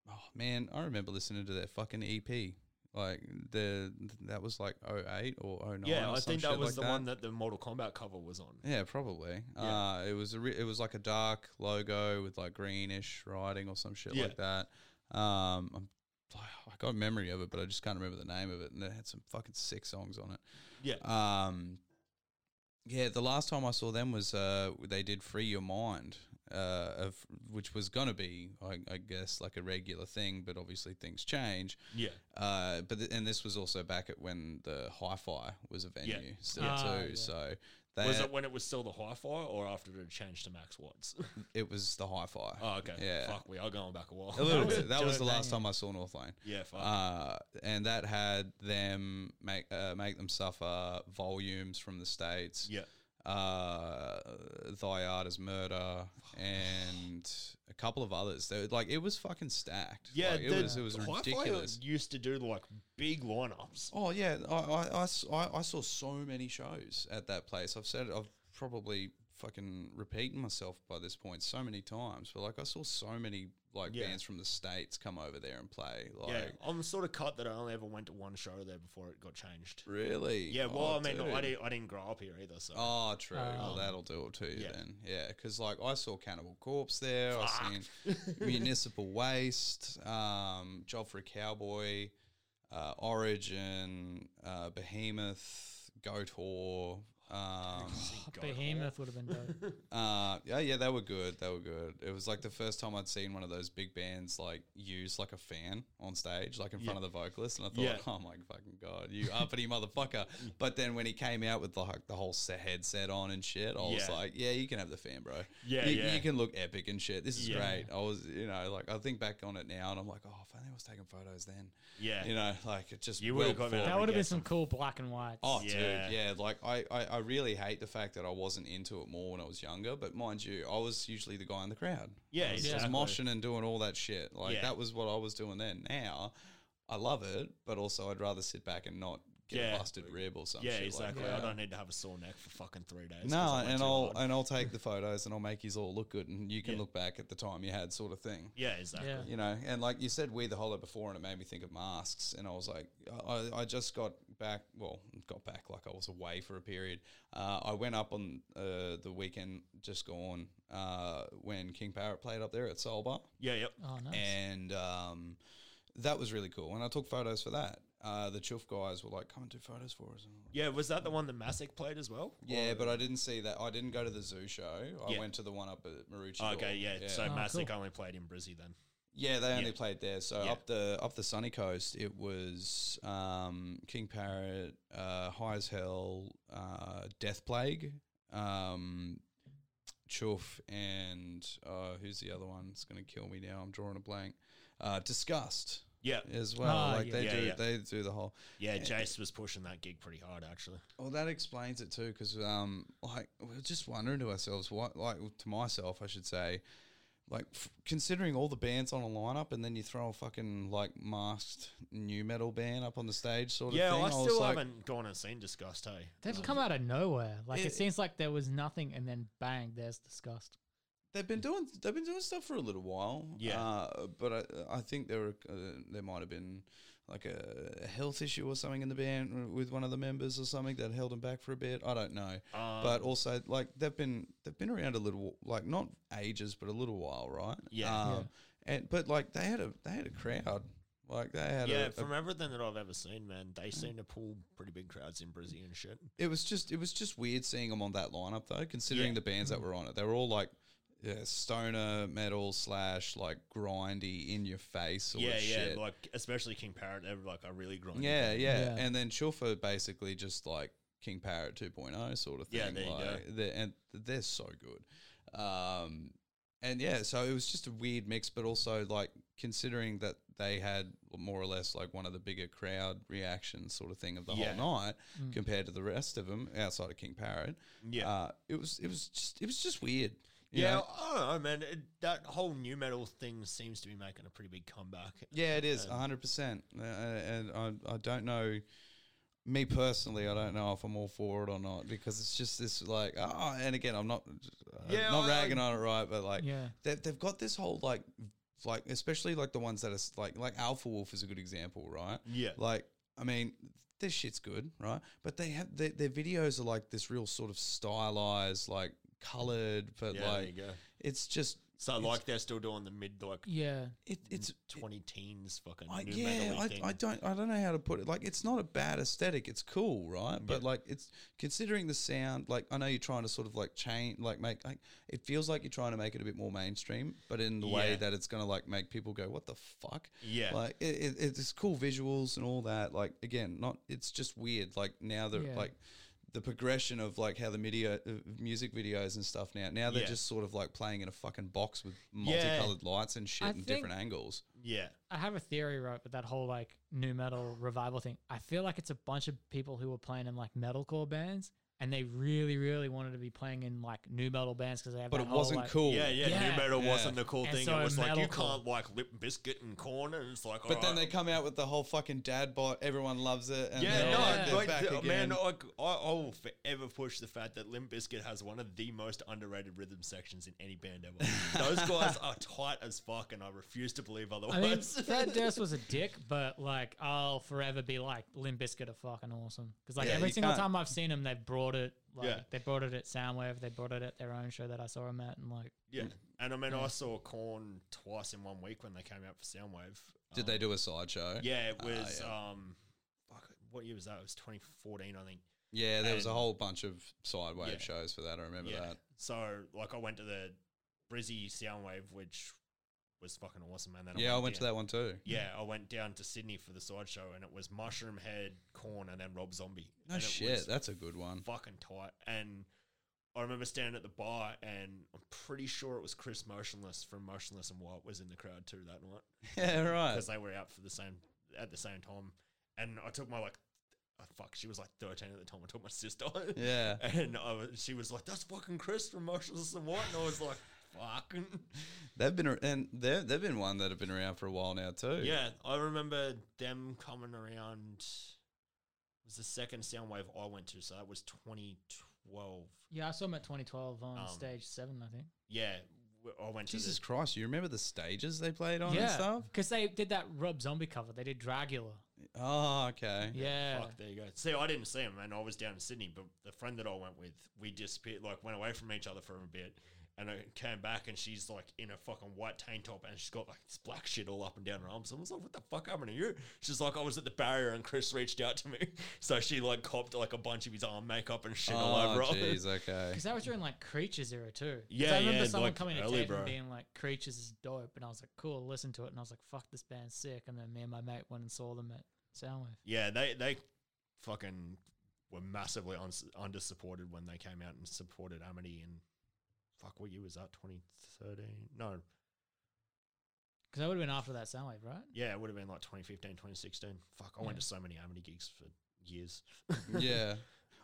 oh man, I remember listening to that fucking EP. Like the that was like 08 or 09
yeah,
or
I
some
think
shit
that was
like
the one that the Mortal Kombat cover was on.
yeah, probably.
Yeah.
Uh, it was a re- it was like a dark logo with like greenish writing or some shit
Yeah.
like that. Um, I'm, I got a memory of it, but I just can't remember the name of it. And it had some fucking sick songs on it.
Yeah,
Um, yeah, the last time I saw them was uh, they did "Free Your Mind," uh, of, which was gonna be, I, I guess, like a regular thing, but obviously things change.
yeah,
Uh, but th- and this was also back at when the Hi-Fi was a venue still
Ah,
too.
yeah.
So They
was
had-
it when it was still the hi-fi or after it had changed to Max Watts?
it was the hi fi.
oh, okay.
Yeah.
Fuck, we are going back a while.
A little
was a
bit. That was
dope
the last
banger.
time I saw North Lane.
yeah, fuck.
Uh, and that had them make uh, make them suffer volumes from the states.
yeah.
uh, Thy Art is Murder, and a couple of others. They, were- like it was fucking stacked.
Yeah,
Like, it
the
was it was
hi-fi
ridiculous.
used to do like big lineups.
Oh yeah, I, I- I s- I- I saw so many shows at that place. I've said it. I've probably fucking repeating myself by this point so many times. But like I saw so many like
Yeah.
bands from the states come over there and play. Oh, Like
yeah, I'm sort of cut that I only ever went to one show there before it got changed.
really?
Yeah, well,
Oh,
I mean, I
dude.
didn't, I didn't grow up here either, so
Oh, true. well,
Um,
that'll do it too.
yeah.
Then, yeah, because like I saw Cannibal Corpse there. I seen Municipal Waste, um, Job for a Cowboy, uh, Origin, uh, Behemoth, Gotor. Um,
Behemoth would have been dope.
uh, yeah, yeah, they were good. They were good. It was like the first time I'd seen one of those big bands like use like a fan on stage, like in front of the vocalist, and I thought,
Yeah.
oh my fucking god, you uppity motherfucker! But then when he came out with like the whole se- headset on and shit, I was
Yeah.
like, yeah, you can have the fan, bro.
Yeah,
you,
yeah.
you can look epic and shit. This is
Yeah.
great. I was, you know, like I think back on it now, and I'm like, oh, if only I was taking photos then.
yeah,
You know, like it just
You
well
would've got
before-
Yeah,
that
we
would have
get
been some cool black and whites.
Oh,
Yeah.
dude, yeah. Like I, I, I really hate the fact that I wasn't into it more when I was younger. But mind you, I was usually the guy in the crowd.
Yeah,
I was
exactly.
just moshing and doing all that shit. Like
Yeah.
that was what I was doing then. Now, I love it, but also I'd rather sit back and not get
Yeah.
a busted rib or something.
yeah, exactly.
Like
I
that.
don't need to have a sore neck for fucking three days. 'cause
No,
I went
and
too
I'll
hard.
and I'll take the photos and I'll make you all look good, and you can
Yeah.
look back at the time you had, sort of thing
yeah, exactly.
Yeah.
you know and like you said we the hollow before and it made me think of masks and i was like i, I just got back well got back like i was away for a period uh, i went up on uh, the weekend just gone uh, when king parrot played up there at soul bar
Yeah, yep.
Oh, nice.
and um, that was really cool and i took photos for that uh, the chuff guys were like come and do photos for us and I'm like,
Yeah, was that the one that Masick played as well?
yeah, but I didn't see that. I didn't go to the zoo show. I
Yeah.
went to the one up at Marucci.
Oh, okay, yeah. So
Oh,
Masick
cool.
only played in Brizzy then.
Yeah, they only
Yeah.
played there. So
Yeah.
up the up the sunny coast, it was um, King Parrot, uh, High as Hell, uh, Death Plague, um, Chuff, and uh, who's the other one? It's going to kill me now. I'm drawing a blank. Uh, Disgust
Yeah,
as well.
Ah,
like
yeah.
they
Yeah,
do,
yeah.
they do the whole.
yeah. Jace was pushing that gig pretty hard actually.
Well, that explains it too, because um, like we were just wondering to ourselves, what like to myself, I should say, like f- considering all the bands on a lineup, and then you throw a fucking like masked new metal band up on the stage, sort
yeah,
of thing.
I
was
still
like,
haven't gone and seen Disgust. Hey,
They've come out of nowhere. Like it,
It-
seems like there was nothing, and then bang, there's disgust.
They've been doing they've been doing stuff for a little while.
Yeah.
uh, but I, I think there were, uh, there might have been like a, a health issue or something in the band with one of the members or something that held them back for a bit. I don't know.
Um,
but also like they've been they've been around a little like not ages but a little while, right?
Yeah.
Um, And but like they had a they had a crowd. Like they had
yeah,
a, a
from everything that I've ever seen, man,
Mm.
they seem to pull pretty big crowds in Brizzy and shit.
it was just it was just weird seeing them on that lineup though, considering
Yeah. Mm.
the bands that were on it. They were all like yeah, stoner metal slash like grindy in your face sort
yeah,
of
yeah,
shit.
like especially King Parrot, they're like a really grinding.
yeah,
band.
yeah,
Yeah.
And then Chuffa basically just like King Parrot 2.0 sort of thing.
Yeah, there you go.
like, They're, and they're so good. Um, and yeah, so it was just a weird mix, but also like considering that they had more or less like one of the bigger crowd reactions sort of thing of the
Yeah.
whole night compared to the rest of them outside of King Parrot.
Yeah.
Uh, it was it was just it was just weird. you
yeah,
know?
I don't know, man. It, that whole new metal thing seems to be making a pretty big comeback.
Yeah, it is hundred percent. Uh, And I, I don't know. Me personally, I don't know if I'm all for it or not because it's just this like oh, and again, I'm not I'm
Yeah,
not
I-
ragging on it, right? But like
Yeah.
they, they've got this whole like like especially like the ones that are s- like like Alpha Wolf is a good example, right?
Yeah.
Like I mean, this shit's good, right? But they have their, their videos are like this real sort of stylized, like colored, but
Yeah, there you
like
go.
it's just
So like they're still doing the mid like
Yeah.
it, it's
twenty teens fucking
I,
new
yeah,
metal
I,
thing.
I don't I don't know how to put it. Like it's not a bad aesthetic. It's cool, right? But like it's considering the sound. Like I know you're trying to sort of like change, like make like it feels like you're trying to make it a bit more mainstream, but in the way
Yeah.
that it's gonna like make people go, "What the fuck?"
Yeah.
like it, it, it's cool visuals and all that. Like again, not it's just weird. Like now that
Yeah.
like the progression of like how the media, uh, music videos and stuff now. Now they're
Yeah.
just sort of like playing in a fucking box with
Yeah.
multicolored lights and shit
I
and different angles.
Yeah.
I have a theory, right, with that whole like new metal revival thing. I feel like it's a bunch of people who were playing in like metalcore bands, and they really, really wanted to be playing in like new metal bands because they have.
But
that
it
whole,
wasn't
like-
cool.
Yeah, yeah,
Yeah.
New metal
Yeah.
wasn't the cool
And
thing.
so
it was like you
metalcore.
can't like lip biscuit and corn, and it's like.
But then they
alright.
come out with the whole fucking dad bot. Everyone loves it. And
Yeah,
they're,
no,
like,
Yeah.
they're
like,
back
th-
again.
man, oh, I, I, I will forever push the fact that Limp Bizkit has one of the most underrated rhythm sections in any band ever. Those guys are tight as fuck, and I refuse to believe
I mean,
otherwise.
Fred Durst was a dick, but like I'll forever be like Limp Bizkit are fucking awesome because like
Yeah,
every
you
single
can't-
time I've seen them, they've brought it. Like,
Yeah.
they brought it at Soundwave. They brought it at their own show that I saw them at, and like
yeah, and I mean, I saw Corn twice in one week when they came out for Soundwave. Um,
Did they do a sideshow?
Yeah, it
Ah,
was.
yeah.
um, fuck, what year was that? It was 2014, I think.
Yeah, there was a
and-
whole bunch of sidewave
Yeah.
shows for that. I remember
yeah.
that.
So, like, I went to the Brizzy Soundwave, which was fucking awesome, man. Then
yeah, I went to
down-
that one too.
Yeah, I went down to Sydney for the sideshow, and it was Mushroom Head, Corn, and then Rob Zombie.
No
and it
shit,
was
that's a good one.
fucking tight. And I remember standing at the bar, and I'm pretty sure it was Chris Motionless from Motionless and White was in the crowd too that night
Yeah, right.
because they were out for the same at the same time. And I took my like, oh, fuck, she was like 13 at the time. I took my sister,
Yeah.
and I was, she was like, "That's fucking Chris from Motionless and White," and I was like, "Fucking
They've been ar- and they've they've been one that have been around for a while now too.
yeah." I remember them coming around. It was the second Soundwave I went to, so that was 2012.
yeah, I saw them at 2012 on
Um,
stage seven, I think.
Yeah, w- I went
Jesus
to
Christ, you remember the stages they played on and
Yeah,
stuff?
because they did that Rob Zombie cover. They did Dragula.
Oh, okay.
the,
Yeah,
fuck. There you go. See, I didn't see him, and I was down in Sydney. But the friend that I went with, we disappeared, like went away from each other for a bit. And I came back, and she's like in a fucking white tank top, and she's got like this black shit all up and down her arms. I was like, "What the fuck happened to you?" She's like, "I was at the barrier, and Chris reached out to me." So she like copped like a bunch of his arm makeup and shit all over.
Oh,
her.
jeez, okay.
Because that was during like Creatures era too. 'Cause
Yeah,
I remember
yeah,
someone
like,
coming to
early,
tape
bro.
and being like, "Creatures is dope," and I was like, "Cool, listen to it." And I was like, "Fuck, this band's sick." And then me and my mate went and saw them at Soundwave.
Yeah, they they fucking were massively uns under supported when they came out and supported Amity in fuck what year was that? Twenty thirteen? No,
Because that would have been after that Soundwave, right?
yeah, it would have been like 2015, 2016. Fuck, I went
Yeah.
to so many Amity gigs for years.
yeah.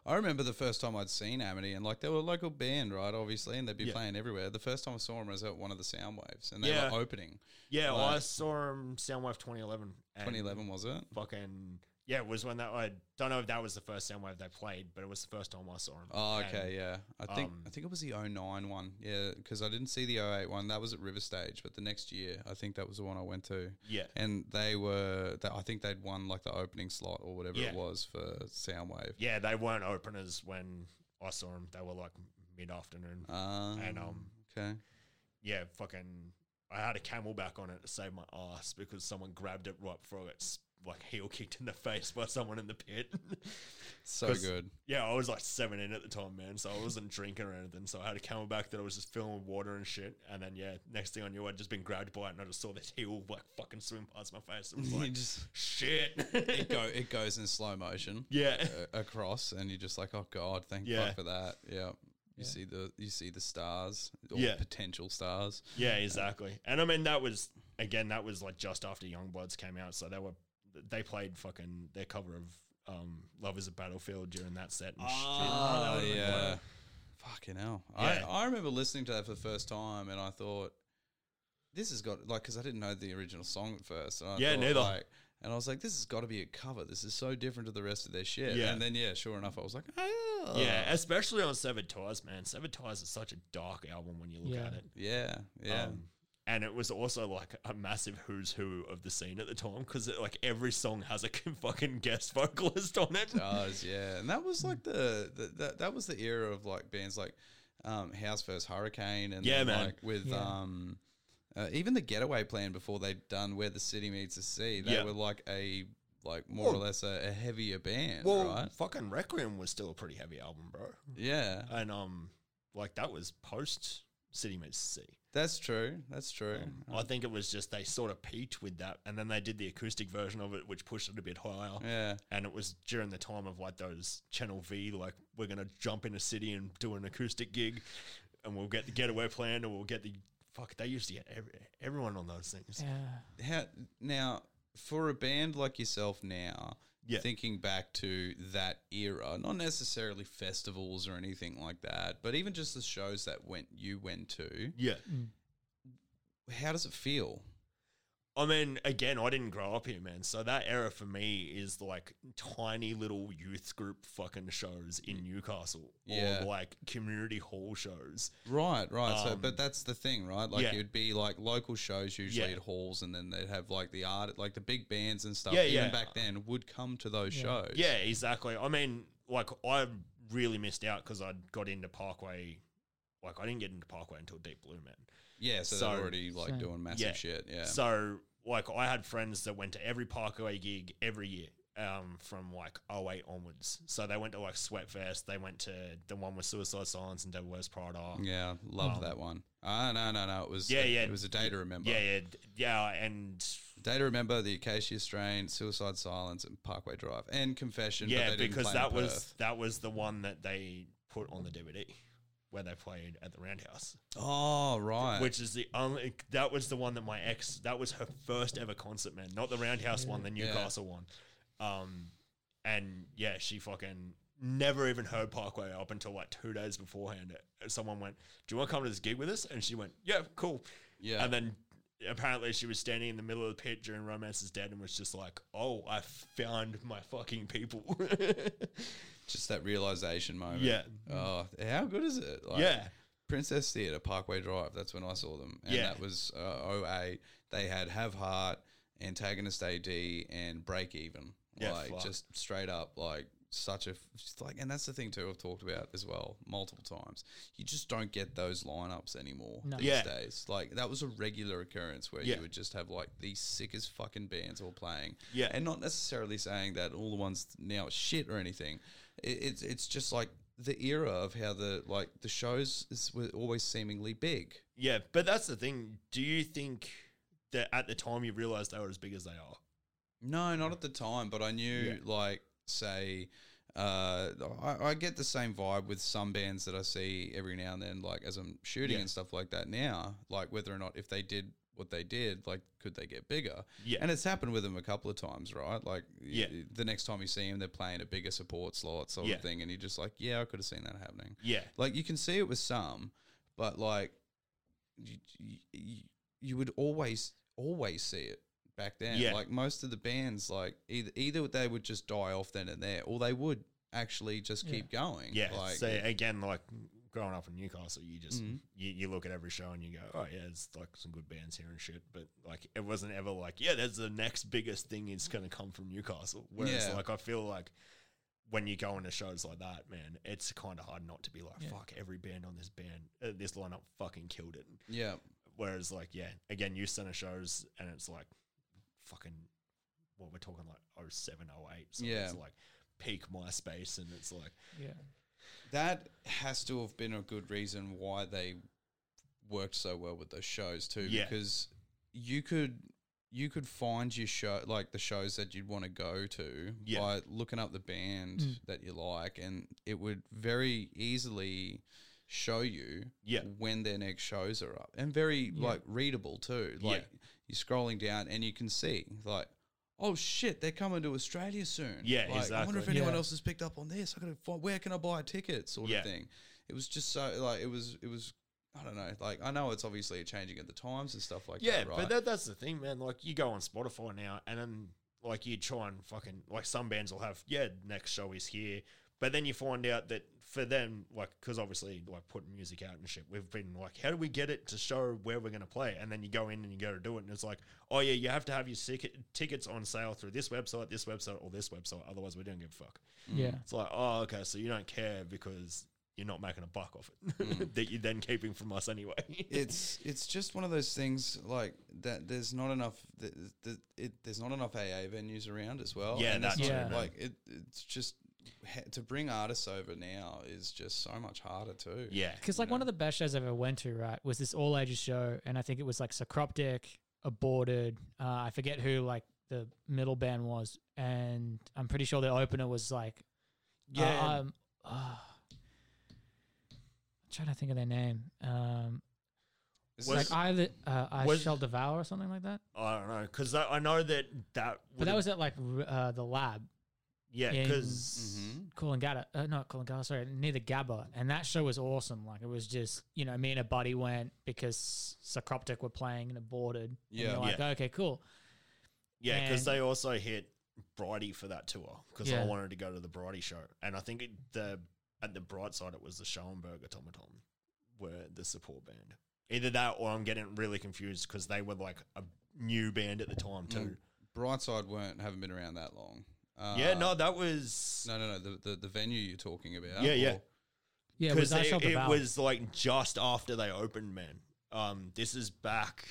I remember the first time I'd seen Amity, and like they were a local band, right? Obviously, and they'd be
Yeah.
playing everywhere. The first time I saw them was at one of the sound waves, and they
Yeah.
were opening.
Yeah, I
Right.
saw him Soundwave twenty eleven.
2011 was it?
Fucking yeah, it was when that I don't know if that was the first Soundwave they played, but it was the first time I saw him.
Oh, okay, yeah. I think
um,
I think it was the 09 one. Yeah, because I didn't see the 08 one. That was at River Stage, but the next year, I think that was the one I went to.
yeah,
And they were, they, I think they'd won like the opening slot or whatever
Yeah.
it was for Soundwave.
yeah, they weren't openers when I saw them. They were like mid afternoon.
Um,
And, um,
okay.
yeah, fucking. I had a camelback on it to save my ass because someone grabbed it right before I got s- like heel kicked in the face by someone in the pit.
So
'Cause-
good.
yeah, I was like 17 at the time, man. So I wasn't drinking or anything. So I had a camelback that I was just filling with water and shit. And then, yeah, next thing I knew, I'd just been grabbed by it and I just saw this heel like fucking swim past my face. It was
You
like,
just-
shit.
It, go, it goes in slow motion
yeah.
uh, across, and you're just like, oh God, thank
Yeah.
fuck for that. Yeah. You see the you see the stars or
Yeah.
potential stars.
Yeah, exactly. And I mean, that was again, that was like just after Youngbloods came out, so they were they played fucking their cover of um, "Love Is a Battlefield" during that set. And
Oh,
shit.
yeah. Fucking hell.
Yeah.
I, I remember listening to that for the first time and I thought, this has got, like, because I didn't know the original song at first. And I
Yeah,
thought,
neither.
Like, and I was like, this has got to be a cover. This is so different to the rest of their shit.
Yeah.
And then, yeah, sure enough, I was like, oh.
yeah, especially on Severed Ties, man. Severed Ties is such a dark album when you look
Yeah.
at it.
Yeah. Yeah.
Um, and it was also like a massive who's who of the scene at the time because like every song has a fucking guest vocalist on it.
does yeah and that was like the, the that, that was the era of like bands like um house first hurricane and
Yeah,
then,
man.
like with
Yeah.
um uh, even the getaway plan before they'd done where the city meets the sea they
Yeah.
were like a like more or
Well-
less a, a heavier band
Well,
right
fucking Requiem was still a pretty heavy album, bro.
yeah
and um like that was post city meets sea.
That's true. That's true.
I think it was just they sort of peaked with that, and then they did the acoustic version of it, which pushed it a bit higher.
yeah.
And it was during the time of like those Channel V, like we're gonna jump in a city and do an acoustic gig, and we'll get the getaway plan, and we'll get the fuck. They used to get every, everyone on those things.
How now for a band like yourself now,
Yeah.
thinking back to that era, not necessarily festivals or anything like that, but even just the shows that went you went to,
Yeah.
how does it feel?
I mean, again, I didn't grow up here, man. So that era for me is like tiny little youth group fucking shows in Newcastle
Yeah.
or like community hall shows.
Right, right. so,
Um,
but that's the thing, right? Like
yeah.
it'd be like local shows usually
Yeah.
at halls, and then they'd have like the art, like the big bands and stuff.
Yeah,
even
yeah.
back then, would come to those shows.
Yeah, exactly. I mean, like I really missed out because I got into Parkway. Like I didn't get into Parkway until Deep Blue, man.
yeah. So,
So-
they're already like
So-
doing massive
Yeah.
shit. Yeah,
So like I had friends that went to every Parkway gig every year. Um, from like 08 onwards. So they went to like Sweatfest, they went to the one with Suicide Silence and Devil Wears Prada.
yeah. Loved that one. Ah, no, no, no. It was
Um, Yeah,
a-
yeah.
It was a day to remember.
Yeah, yeah, d- yeah, and
Day to remember the Acacia Strain, Suicide Silence, and Parkway Drive, and Confession. but
yeah,
they didn't play
because
in
that was
Perth.
that was the one that they put on the DVD where they played at the Roundhouse,
oh right,
which is the only that was the one that my ex that was her first ever concert, man. Not the Roundhouse one, the Newcastle one. Um, and yeah, she fucking never even heard Parkway up until like two days beforehand. Uh, Someone went, "Do you want to come to this gig with us?" And she went, "Yeah, cool."
yeah,
And then apparently she was standing in the middle of the pit during Romance is Dead and was just like, oh, I found my fucking people.
just that realization moment.
yeah.
Oh, how good is it? Like,
Yeah.
Princess Theatre, Parkway Drive. That's when I saw them. And
Yeah.
that was uh, 08. They had Have Heart, Antagonist AD, and Break Even.
Yeah,
like,
fuck.
just straight up, like, such a. f- Just like, and that's the thing, too, I've talked about as well multiple times. You just don't get those lineups anymore these
Yeah.
days. Like, that was a regular occurrence where
Yeah.
you would just have, like, the sickest fucking bands all playing.
Yeah.
And not necessarily saying that all the ones now are shit or anything. It, it's it's just like the era of how the like the shows is, were always seemingly big.
Yeah. But that's the thing. Do you think that at the time you realized they were as big as they are?
No, not at the time, but I knew like say. Uh, I, I get the same vibe with some bands that I see every now and then, like as I'm shooting
Yeah.
and stuff like that. Now, like whether or not if they did what they did, like could they get bigger?
Yeah.
and it's happened with them a couple of times, right? Like,
Yeah.
y- the next time you see them, they're playing a bigger support slot sort
Yeah.
of thing, and you're just like, yeah, I could have seen that happening.
Yeah.
Like you can see it with some, but like you, you, you would always always see it back then.
Yeah.
Like most of the bands, like either either they would just die off then and there, or they would actually just keep going.
Yeah.
Like
so again, like growing up in Newcastle, you just you, you look at every show and you go, oh yeah, it's like some good bands here and shit. But like it wasn't ever like, yeah, that's the next biggest thing is going to come from Newcastle. Whereas
Yeah.
like I feel like when you go into shows like that, man, it's kind of hard not to be like, fuck, every band on this band, uh, this lineup fucking killed it.
yeah.
Whereas like yeah, again, you center shows and it's like fucking what we're talking like 07, 08. So
Yeah.
it's like peak MySpace and it's like
Yeah.
That has to have been a good reason why they worked so well with those shows too,
Yeah.
because you could you could find your show like the shows that you'd want to go to
Yeah.
by looking up the band that you like, and it would very easily show you
Yeah.
when their next shows are up, and very like readable too. Like you're scrolling down and you can see like. Oh shit! They're coming to Australia soon.
Yeah,
like, I wonder if
exactly.
anyone
Yeah.
else has picked up on this. I gotta find, where can I buy a ticket? Sort
Yeah.
of thing. It was just so like it was it was I don't know like I know it's obviously changing at the times and stuff like
Yeah,
that. Right?
but that, that's the thing, man. Like you go on Spotify now, and then like you try and fucking like some bands will have yeah, next show is here, but then you find out that for them, like because obviously like putting music out and shit, we've been like, how do we get it to show where we're gonna play? And then you go in and you go to do it, and it's like, oh yeah, you have to have your ticket, tickets on sale through this website, this website, or this website, otherwise we don't give a fuck.
Yeah.
It's like, oh okay, so you don't care because. You're not making a buck off it that you're then keeping from us anyway.
it's it's just one of those things like that. There's not enough. th th it, there's not enough AA venues around as well.
Yeah,
and it's
that's
not-
true, man.
Like it, it's just he- to bring artists over now is just so much harder too.
Yeah.
Because like one of the best shows I've ever went to, right, was this all ages show, and I think it was like Socroptic, Aborted, uh, I forget who like the middle band was, and I'm pretty sure the opener was like,
Yeah.
uh, um, ah. I'm trying to think of their name, um,
This
it's
is-
Was-
like I li- uh, I
was-
shall devour or something like that.
I don't know because I know that that.
But that
would've-
was at like r- uh, the lab
yeah mm-hmm.
in-
because
Mhm.
Coolangatta, uh, not Coolangatta, sorry, near the Gabba, and that show was awesome. Like it was just, you know, me and a buddy went because Socroptic were playing and aborted.
Yeah.
and we were like
Yeah.
okay, cool.
yeah because
Man.
they also hit Bridie for that tour because
Yeah.
I wanted to go to the Bridie show and I think it, the at the bright side it was the Schoenberg automaton were the support band either that or I'm getting really confused because they were like a new band at the time too.
Brightside weren't haven't been around that long. Uh,
yeah, no, that was
no, no, no. The, the the venue you're talking about.
Yeah, yeah.
or-
Yeah, it
because
was I
it,
shall
it
devour.
was like just after they opened, man. Um, this is back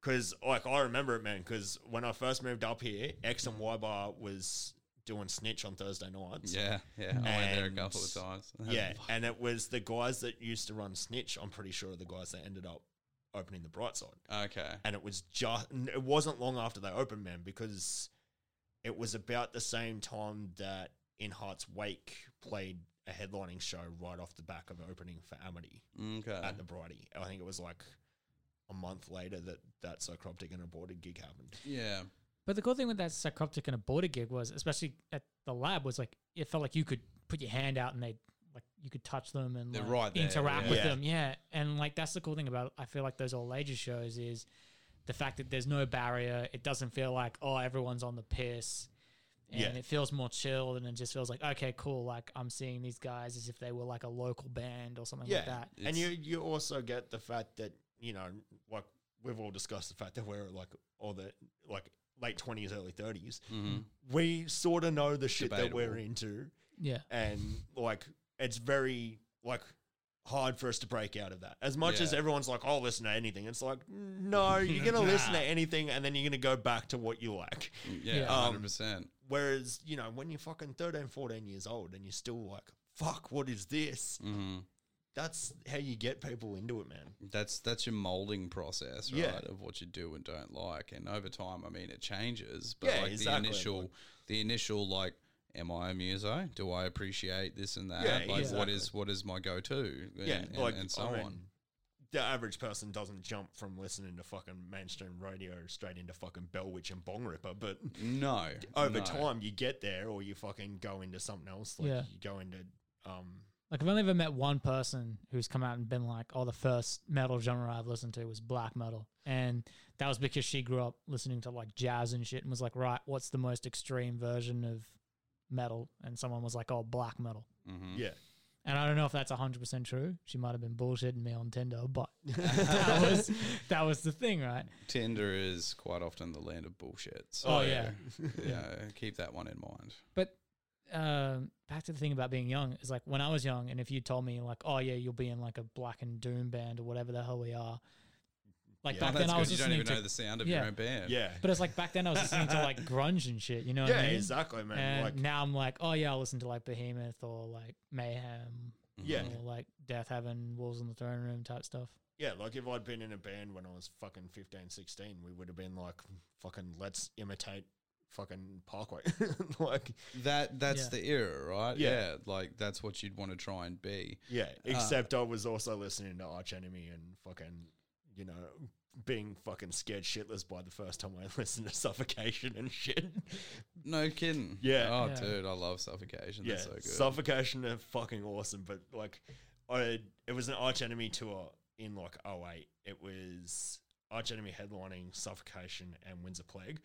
because like I remember it, man. Because when I first moved up here, X and Y Bar was doing snitch on Thursday nights.
Yeah, yeah. I went there a
And-
couple of times.
yeah, and it was the guys that used to run snitch. I'm pretty sure are the guys that ended up opening the bright side.
Okay.
and it was just it wasn't long after they opened man because it was about the same time that in heart's wake played a headlining show right off the back of opening for amity
Okay.
at the Bridie. i think it was like a month later that that psychroptic and aborted gig happened
Yeah.
but the cool thing with that Socroptic and aborted gig was, especially at the lab, was like it felt like you could put your hand out and they like you could touch them and
They're
like,
right there,
interact
yeah.
with
Yeah.
them. Yeah, and like that's the cool thing about I feel like those all ages shows is the fact that there's no barrier. It doesn't feel like oh everyone's on the piss. And
Yeah.
it feels more chilled, and it just feels like okay, cool. Like I'm seeing these guys as if they were like a local band or something like that.
and
It's-
you you also get the fact that you know like we've all discussed the fact that we're like all the like late 20s early 30s
Mm-hmm.
we sort of know the shit that we're
Debatable.
into
Yeah,
and like it's very like hard for us to break out of that. As much as
Yeah.
everyone's like, "I'll listen to anything," it's like, no, you're gonna listen to anything, and then you're gonna go back to what you like.
Yeah.
Um,
Hundred percent.
Whereas you know, when you're fucking 13, 14 years old, and you're still like, "Fuck, what is this?"
Mm. Mm-hmm.
That's how you get people into it, man.
That's that's your molding process, right?
Yeah.
Of what you do and don't like, and over time, I mean, it changes. But
Yeah,
like
exactly.
the initial, the initial like. Am I a muso? Do I appreciate this and that?
Yeah,
like, what
exactly.
is what is my go to? And,
Yeah,
and,
like
and so
I mean,
on.
The average person doesn't jump from listening to fucking mainstream radio straight into fucking Bellwitch and Bong Ripper, but
No,
over
no.
time you get there or you fucking go into something else like
Yeah.
you go into um
Like I've only ever met one person who's come out and been like, "Oh, the first metal genre I've listened to was black metal," and that was because she grew up listening to like jazz and shit, and was like, "Right, what's the most extreme version of metal?" And someone was like, "Oh, black metal."
Hmm.
yeah
And I don't know if that's hundred percent true. She might have been bullshitting me on Tinder, but that was that was the thing, right?
Tinder is quite often the land of bullshit. So
Oh, yeah.
yeah, keep that one in mind.
But um, back to the thing about being young is like when I was young, and if you told me like, "Oh yeah, you'll be in like a black and doom band or whatever the hell we are," like
Yeah.
back
oh,
then
that's
I was
good. You
listening
don't even
to
know the sound of
yeah.
your own band.
yeah
But it's like back then I was listening to like grunge and shit, you know what
yeah
I mean?
exactly man
And
like
now I'm like, oh yeah, I'll listen to like Behemoth or like Mayhem
yeah
Mm-hmm.
or like Death Heaven, Wolves on the Throne Room type stuff.
yeah like if I'd been in a band when I was fucking 15 16 we would have been like fucking let's imitate fucking Parkway like
That that's
Yeah.
the era, right?
Yeah.
like that's what you'd want to try and be.
yeah except I was also listening to Arch Enemy and fucking you know being fucking scared shitless by the first time I listened to Suffocation and shit
No kidding.
Yeah.
Oh,
Yeah.
dude, I love suffocation.
Yeah,
That's so good.
Suffocation are fucking awesome, but like, I it was an Arch Enemy tour in like 08. It was Arch Enemy headlining Suffocation and Winds of Plague.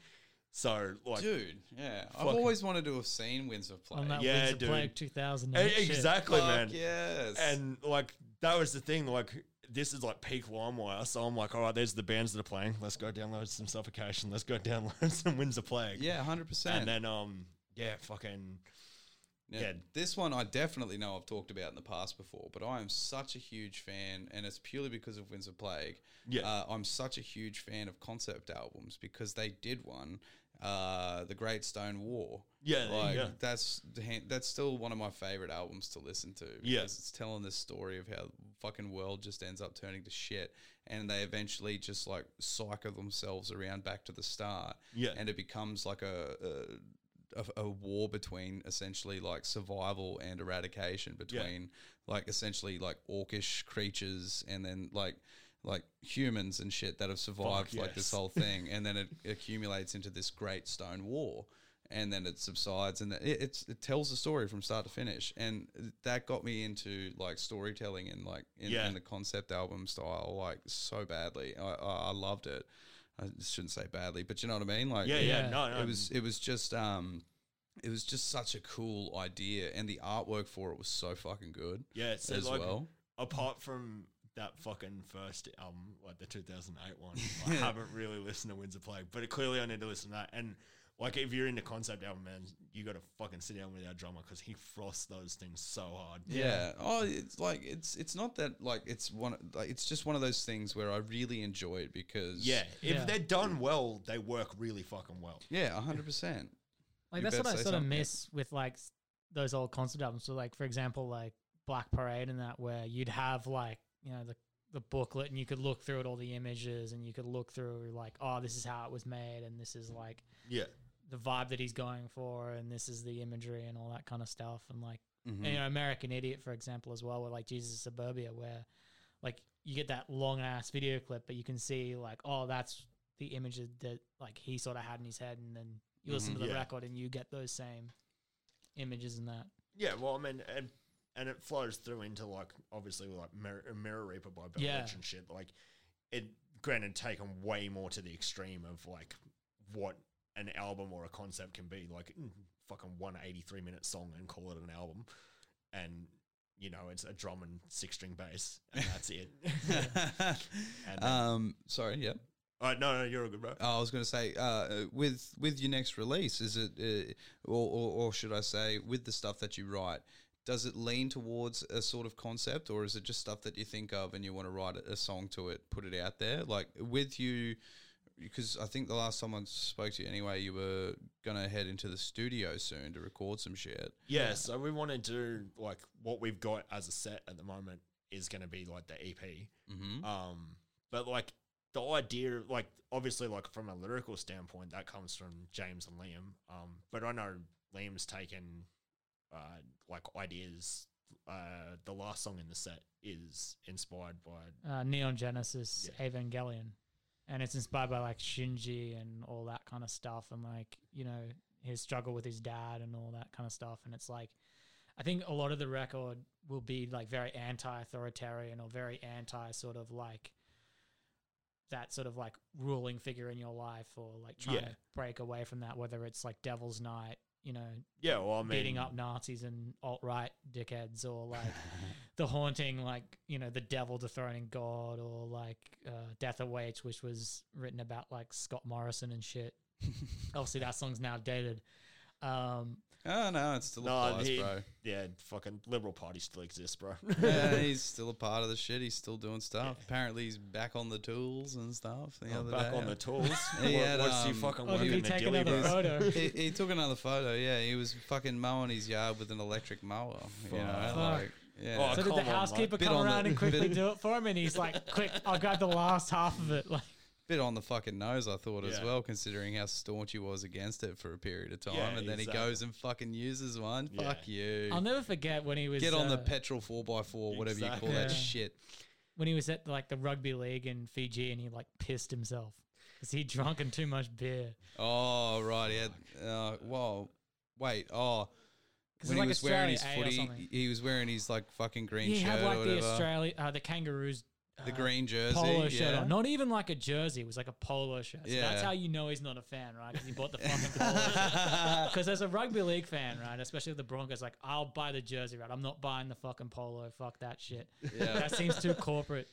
So like,
dude, yeah, I've
Fucking-
always wanted to have seen Winds of Plague.
On that
Yeah,
Winds of
dude.
Plague 2000.
E- exactly,
Fuck
man.
Yes.
And like that was the thing. Like this is like peak LimeWire, so I'm like, all right, there's the bands that are playing. Let's go download some Suffocation. Let's go download some Winds of Plague.
yeah, hundred percent.
and then um, yeah, fucking
Now,
Yeah.
This one I definitely know I've talked about in the past before, but I am such a huge fan, and it's purely because of Winds of Plague.
Yeah.
Uh, I'm such a huge fan of concept albums because they did one uh, the Great Stone War.
Yeah, there you
like
go.
that's the hand- that's still one of my favorite albums to listen to. Because
Yeah.
it's telling this story of how the fucking world just ends up turning to shit, and they eventually just like cycle themselves around back to the start.
Yeah.
and it becomes like a. a a, a war between essentially like survival and eradication between like essentially like orcish creatures and then like like humans and shit that have survived like
yes.
this whole thing and then it accumulates into this great stone war and then it subsides and it, it's, it tells the story from start to finish and that got me into like storytelling and like in,
Yeah.
in the concept album style like so badly i, I, I loved it I shouldn't say badly, but you know what I mean. Like,
yeah,
it-
yeah,
Yeah.
no, no,
it was it was just um it was just such a cool idea and the artwork for it was so fucking good
yeah. So
as
like,
well
apart from that fucking first album, like the 2008 one, I haven't really listened to Winds of Plague, but clearly I need to listen to that. And like, if you're into concept album, man, you got to fucking sit down with our drummer because he frosts those things so hard.
yeah. oh it's like it's it's not that like it's one like it's just one of those things where i really enjoy it because
Yeah, if
Yeah.
they're done well, they work really fucking well.
yeah 100%
Like
You better
that's what I
say
sort of
something, yeah.
miss with like s- those old concert albums. So like for example, like Black Parade and that, where you'd have like you know the the booklet and you could look through at all the images and you could look through like oh this is how it was made and this is like
Yeah,
the vibe that he's going for and this is the imagery and all that kind of stuff and like
Mhm.
uh,
you know American Idiot for example as well, where like Jesus of Suburbia, where like you get that long ass video clip, but you can see like oh that's the images that like he sort of had in his head, and then you listen to the
Yeah.
record and you get those same images and that.
yeah. Well, I mean, and and it flows through into like obviously like Mirror, Mirror Reaper by Bell
Yeah.
Witch and shit. Like, it granted taken way more to the extreme of like what an album or a concept can be. Like, mm, fucking one eighty three minute song and call it an album, and you know it's a drum and six string bass and that's it. And, uh,
um sorry yeah
All right, no, no, you're all good, bro.
I was going to say, uh, uh, with with your next release, is it, uh, or, or or should I say, with the stuff that you write, does it lean towards a sort of concept, or is it just stuff that you think of and you want to write a- a song to it, put it out there? Like with you, because I think the last time I spoke to you, anyway, you were going to head into the studio soon to record some shit.
Yeah, so we want to do like what we've got as a set at the moment is going to be like the EP.
Mm-hmm.
Um, but like the idea, like obviously, like from a lyrical standpoint, that comes from James and Liam. Um, but I know Liam's taken uh, like ideas. Uh, the last song in the set is inspired by
Uh, Neon Genesis, Evangelion, and it's inspired by like Shinji and all that kind of stuff, and like you know his struggle with his dad and all that kind of stuff, and it's like. I think a lot of the record will be like very anti-authoritarian or very anti sort of like that sort of like ruling figure in your life or like trying
Yeah.
to break away from that, whether it's like Devil's Night, you know,
yeah. Well, I mean,
beating up Nazis and alt right dickheads, or like the haunting, like you know, the devil dethroning God, or like uh, Death Awaits, which was written about like Scott Morrison and shit. Obviously, that song's now dated. Um,
Oh no, it still
No,
applies,
he-
bro.
yeah, fucking Liberal Party still exists, bro.
yeah, he's still a part of the shit. He's still doing stuff. Apparently, he's back on the tools and stuff. The other
Back
day.
on the tools.
He
What-
had,
what's he
um,
fucking
oh, did
working
he
in the
take
dilly,
another
bro?
photo?
he, he took another photo. Yeah, he was fucking mowing his yard with an electric mower. You know,
Fuck.
like yeah.
Oh,
So did the
Come on,
housekeeper
mate. Bit
come
on the-
around and quickly
bit-
do it for him? And he's like, "Quick, I'll grab the last half of it." Like,
bit on the fucking nose, I thought as
Yeah.
well, considering how staunch he was against it for a period of time,
Yeah,
and then
exactly.
he goes and fucking uses one.
Yeah.
Fuck you.
I'll never forget when he was
Get on the
uh,
petrol four x four, whatever you
Exactly.
call that
Yeah.
shit.
when he was at like the rugby league in Fiji and he like pissed himself because he drunk and too much beer.
Oh right, he had. Uh, well, wait. Oh. When
'Cause it's
he
like
was wearing his
Australia A or
footy,
something.
he was wearing his like fucking green
he
shirt
had
or
like the
whatever.
Australia, uh, the Kangaroos, uh,
the green jersey,
polo
yeah.
shirt on. Not even like a jersey; it was like a polo shirt. So that's
Yeah.
how you know he's not a fan, right? Because he bought the fucking polo shirt. Because as a rugby league fan, right, especially with the Broncos, like I'll buy the jersey, right? I'm not buying the fucking polo. Fuck that shit.
Yeah.
that seems too corporate.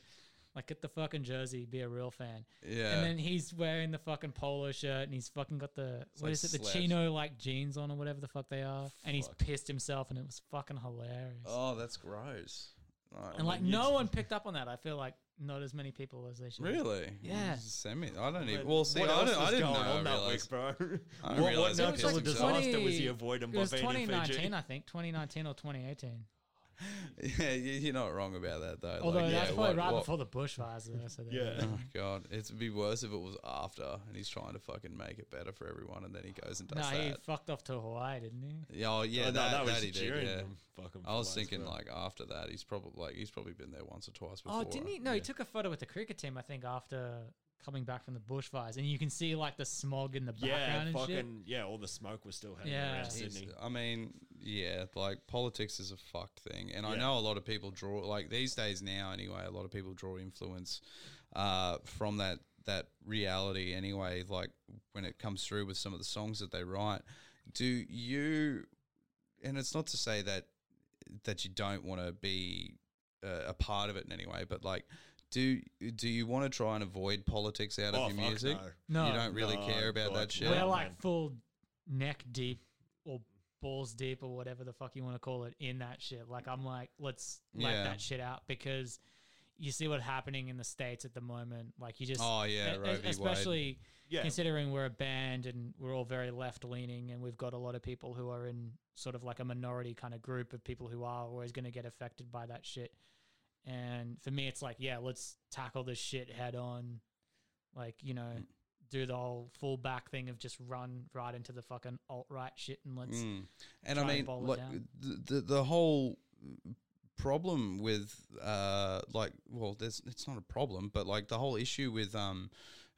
Like get the fucking jersey, be a real fan.
yeah.
And then he's wearing the fucking polo shirt and he's fucking got the what
like
is it, the
slabs.
chino like jeans on or whatever the fuck they are. And he's pissed himself and it was fucking hilarious.
Oh, that's gross. Like,
and like no one picked up on that. I feel like not as many people as they should.
Really?
Yeah.
Send me. I don't even. Well, see, I,
else
don't, I
was
didn't
going
know.
on that
I
week, bro?
I
what
realised
what
he
natural
pissed himself.
disaster was he avoiding
It
by
was
being in
2019,
Fiji?
I think. 2019 or 2018.
realised. yeah, you- you're not wrong about that
Oh,
though.
Although
like,
that's
yeah,
probably
what-
right
what-
before the bushfires. that I said that.
Yeah.
Oh god, it'd be worse if it was after, and he's trying to fucking make it better for everyone, and then he goes and does
No, he
that.
fucked off to Hawaii, didn't he?
yeah, oh, yeah,
Oh, no,
that,
that was
that he did.
during
Yeah.
them fucking
I was
flights,
thinking
bro.
like after that, he's probably like he's probably been there once or twice before.
Oh, didn't he? No, he took a photo with the cricket team, I think, after coming back from the bushfires, and you can see like the smog in the
Yeah,
background and
fucking
shit.
yeah. All the smoke was still hanging
Yeah.
around
It's-
Sydney.
I mean, yeah, like politics is a fucked thing, and I
Yeah.
know a lot of people draw like these days now. Anyway, a lot of people draw influence uh, from that that reality. Anyway, like when it comes through with some of the songs that they write, do you? And it's not to say that that you don't want to be uh, a part of it in any way, but like. Do do you want to try and avoid politics out
Oh,
of your
fuck
music?
no.
you
No.
don't really
No,
care about
God,
that shit.
no.
We're
Yeah,
like
man.
full neck deep or balls deep or whatever the fuck you want to call it in that shit. Like I'm like, let's let
Yeah.
that shit out because you see what's happening in the states at the moment. Like you just,
Oh, yeah,
e-
Roe v. Wade.
especially
Yeah.
considering we're a band and we're all very left leaning and we've got a lot of people who are in sort of like a minority kind of group of people who are always going to get affected by that shit. And for me, it's like, yeah, let's tackle this shit head on. Like, you know,
Mm.
do the whole full back thing of just run right into the fucking alt right shit and let's.
Mm. And I
try and
mean,
boil it
like
down.
the, the the whole problem with uh, like, well, there's it's not a problem, but like the whole issue with um,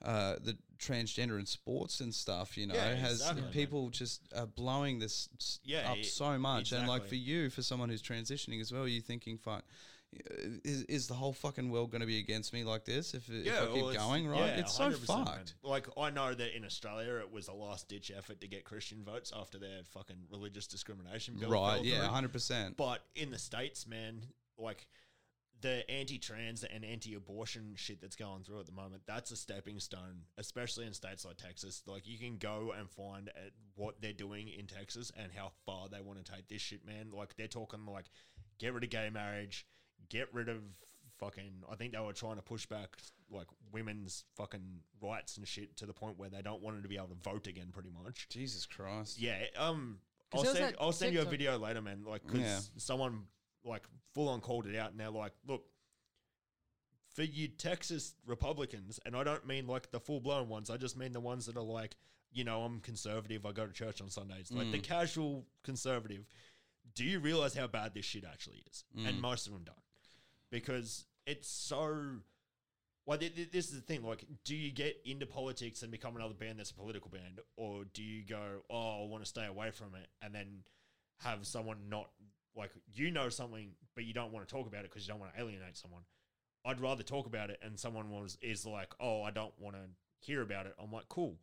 uh, the transgender in sports and stuff, you know,
Yeah,
has
exactly, man.
people just uh, blowing this s-
Yeah,
up
e-
so much. And like for
exactly.
you, for someone who's transitioning as well, you're thinking, fuck. Is, is the whole fucking world going to be against me like this if, if I keep
well, it's-
going right?
yeah,
it's so
100%, man.
fucked.
Like I know that in Australia, it was a last ditch effort to get Christian votes after their fucking religious discrimination bill.
Right?
fell
Yeah,
through.
hundred percent.
But in the states, man, like the anti-trans and anti-abortion shit that's going through at the moment, that's a stepping stone, especially in states like Texas. Like you can go and find at what they're doing in Texas and how far they want to take this shit, man. Like they're talking like get rid of gay marriage, get rid of fucking I think they were trying to push back like women's fucking rights and shit to the point where they don't want them to be able to vote again pretty much.
Jesus Christ.
Yeah. Um.
'Cause
I'll
there was
send,
that
I'll send you a
TikTok-
video later, man. Like, because
Yeah.
someone like full on called it out, and they're like, "Look, for you Texas Republicans, and I don't mean like the full blown ones. I just mean the ones that are like, you know, I'm conservative. I go to church on Sundays. Like the casual conservative. Do you realize how bad this shit actually is? And most of them don't, because it's so well, th- th- this is the thing. Like, do you get into politics and become another band that's a political band, or do you go, "Oh, I want to stay away from it," and then have someone not like you know something, but you don't want to talk about it because you don't want to alienate someone. I'd rather talk about it, and someone was is like, "Oh, I don't want to hear about it." I'm like, "Cool,"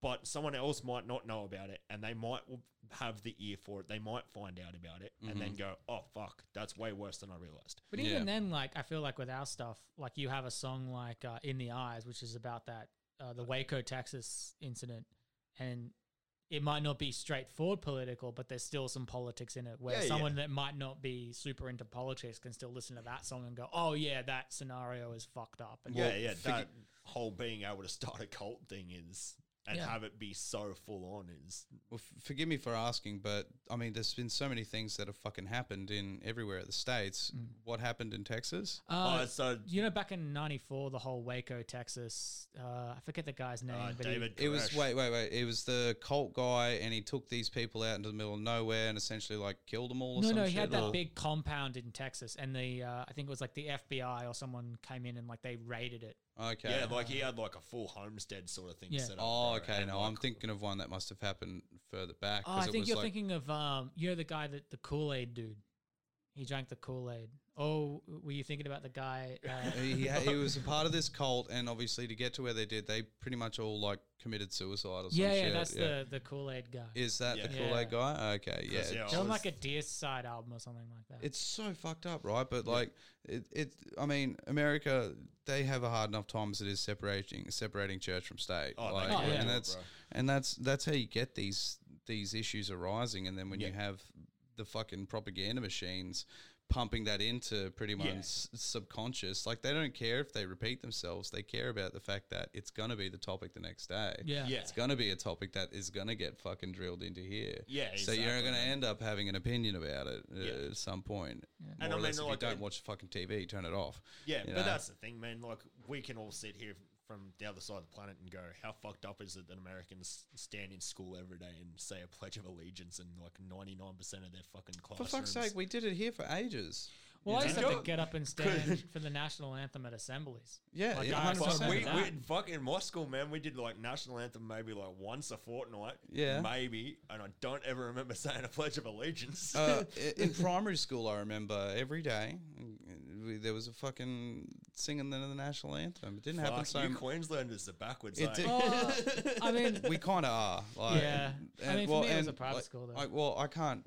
but someone else might not know about it, and they might w- have the ear for it. They might find out about it, and then go, "Oh, fuck, that's way worse than I realized."
But even then, like I feel like with our stuff, like you have a song like uh, "In the Eyes," which is about that uh, the Waco, Texas incident, and it might not be straightforward political, but there's still some politics in it. Where
Yeah, yeah.
someone that might not be super into politics can still listen to that song and go, "Oh yeah, that scenario is fucked up." And
yeah, yeah. That whole being able to start a cult thing is, and
Yeah.
have it be so full on is,
Well, f- forgive me for asking, but I mean, there's been so many things that have fucking happened in everywhere at the states.
Mm.
What happened in Texas?
Uh,
oh, it's so
you know, back in '94, the whole Waco, Texas, uh, I forget the guy's name,
uh,
but he-
David.
It was
Koresh.
wait, wait, wait. It was the cult guy, and he took these people out into the middle of nowhere and essentially like killed them all. Or
No,
some
no, he
shit,
had that
or-
big compound in Texas, and the uh, I think it was like the FBI or someone came in and like they raided it.
Okay.
Yeah, like he had like a full homestead sort of thing
Yeah.
set up.
oh,
bro,
okay.
and,
No,
like,
I'm thinking of one that must have happened further back.
Oh,
'cause
I
it
think
was
you're
like-
thinking of um, you know the guy that the Kool Aid dude, he drank the Kool Aid. Oh, were you thinking about the guy? Uh,
He, he, he was a part of this cult, and obviously to get to where they did, they pretty much all like committed suicide or something.
yeah, yeah,
shit.
that's the the Kool Aid guy.
Is that the
Yeah.
Kool Aid
Yeah.
guy? Okay, yeah.
yeah,
They're on
was-
like a Deer Side album or something like that.
It's so fucked up, right? But like, it, it. I mean, America, they have a hard enough time as it is separating separating church from state.
Oh, they
like,
can't
do it,
and that's
bro.
and that's that's how you get these these issues arising. And then when you
Yeah.
have the fucking propaganda machines pumping that into pretty much s- subconscious. Like they don't care if they repeat themselves. They care about the fact that it's gonna be the topic the next day.
Yeah.
Yeah.
It's gonna be a topic that is gonna get fucking drilled into here.
Yeah,
So you're
exactly.
gonna end up having an opinion about it uh,
Yeah.
at some point. More
And
or
I
less,
mean,
if
like,
you don't
it-
watch fucking TV, turn it off.
Yeah,
you
but
know?
that's the thing, man. Like, we can all sit here from the other side of the planet and go, how fucked up is it that Americans stand in school every day and say a Pledge of Allegiance in like 99% of their fucking
for
classrooms?
fuck's sake, we did it here for ages.
Well, I used to have to
Joe-
get up and stand for the national anthem at assemblies.
Yeah,
Like,
yeah,
I
Fuck,
100%.
remember
we,
that.
we fuck in my school, man. We did like national anthem maybe like once a fortnight,
Yeah.
maybe, and I don't ever remember saying a pledge of allegiance.
uh, i- in primary school, I remember every day mm, we, there was a fucking singing the, the national anthem. It didn't happen
Fuck,
so.
you
m-
Queenslanders are backwards.
It
eh?
did-
I mean,
we kind of are. Like,
Yeah. I mean, for me, it was a private
like,
school, though.
I, well, I can't.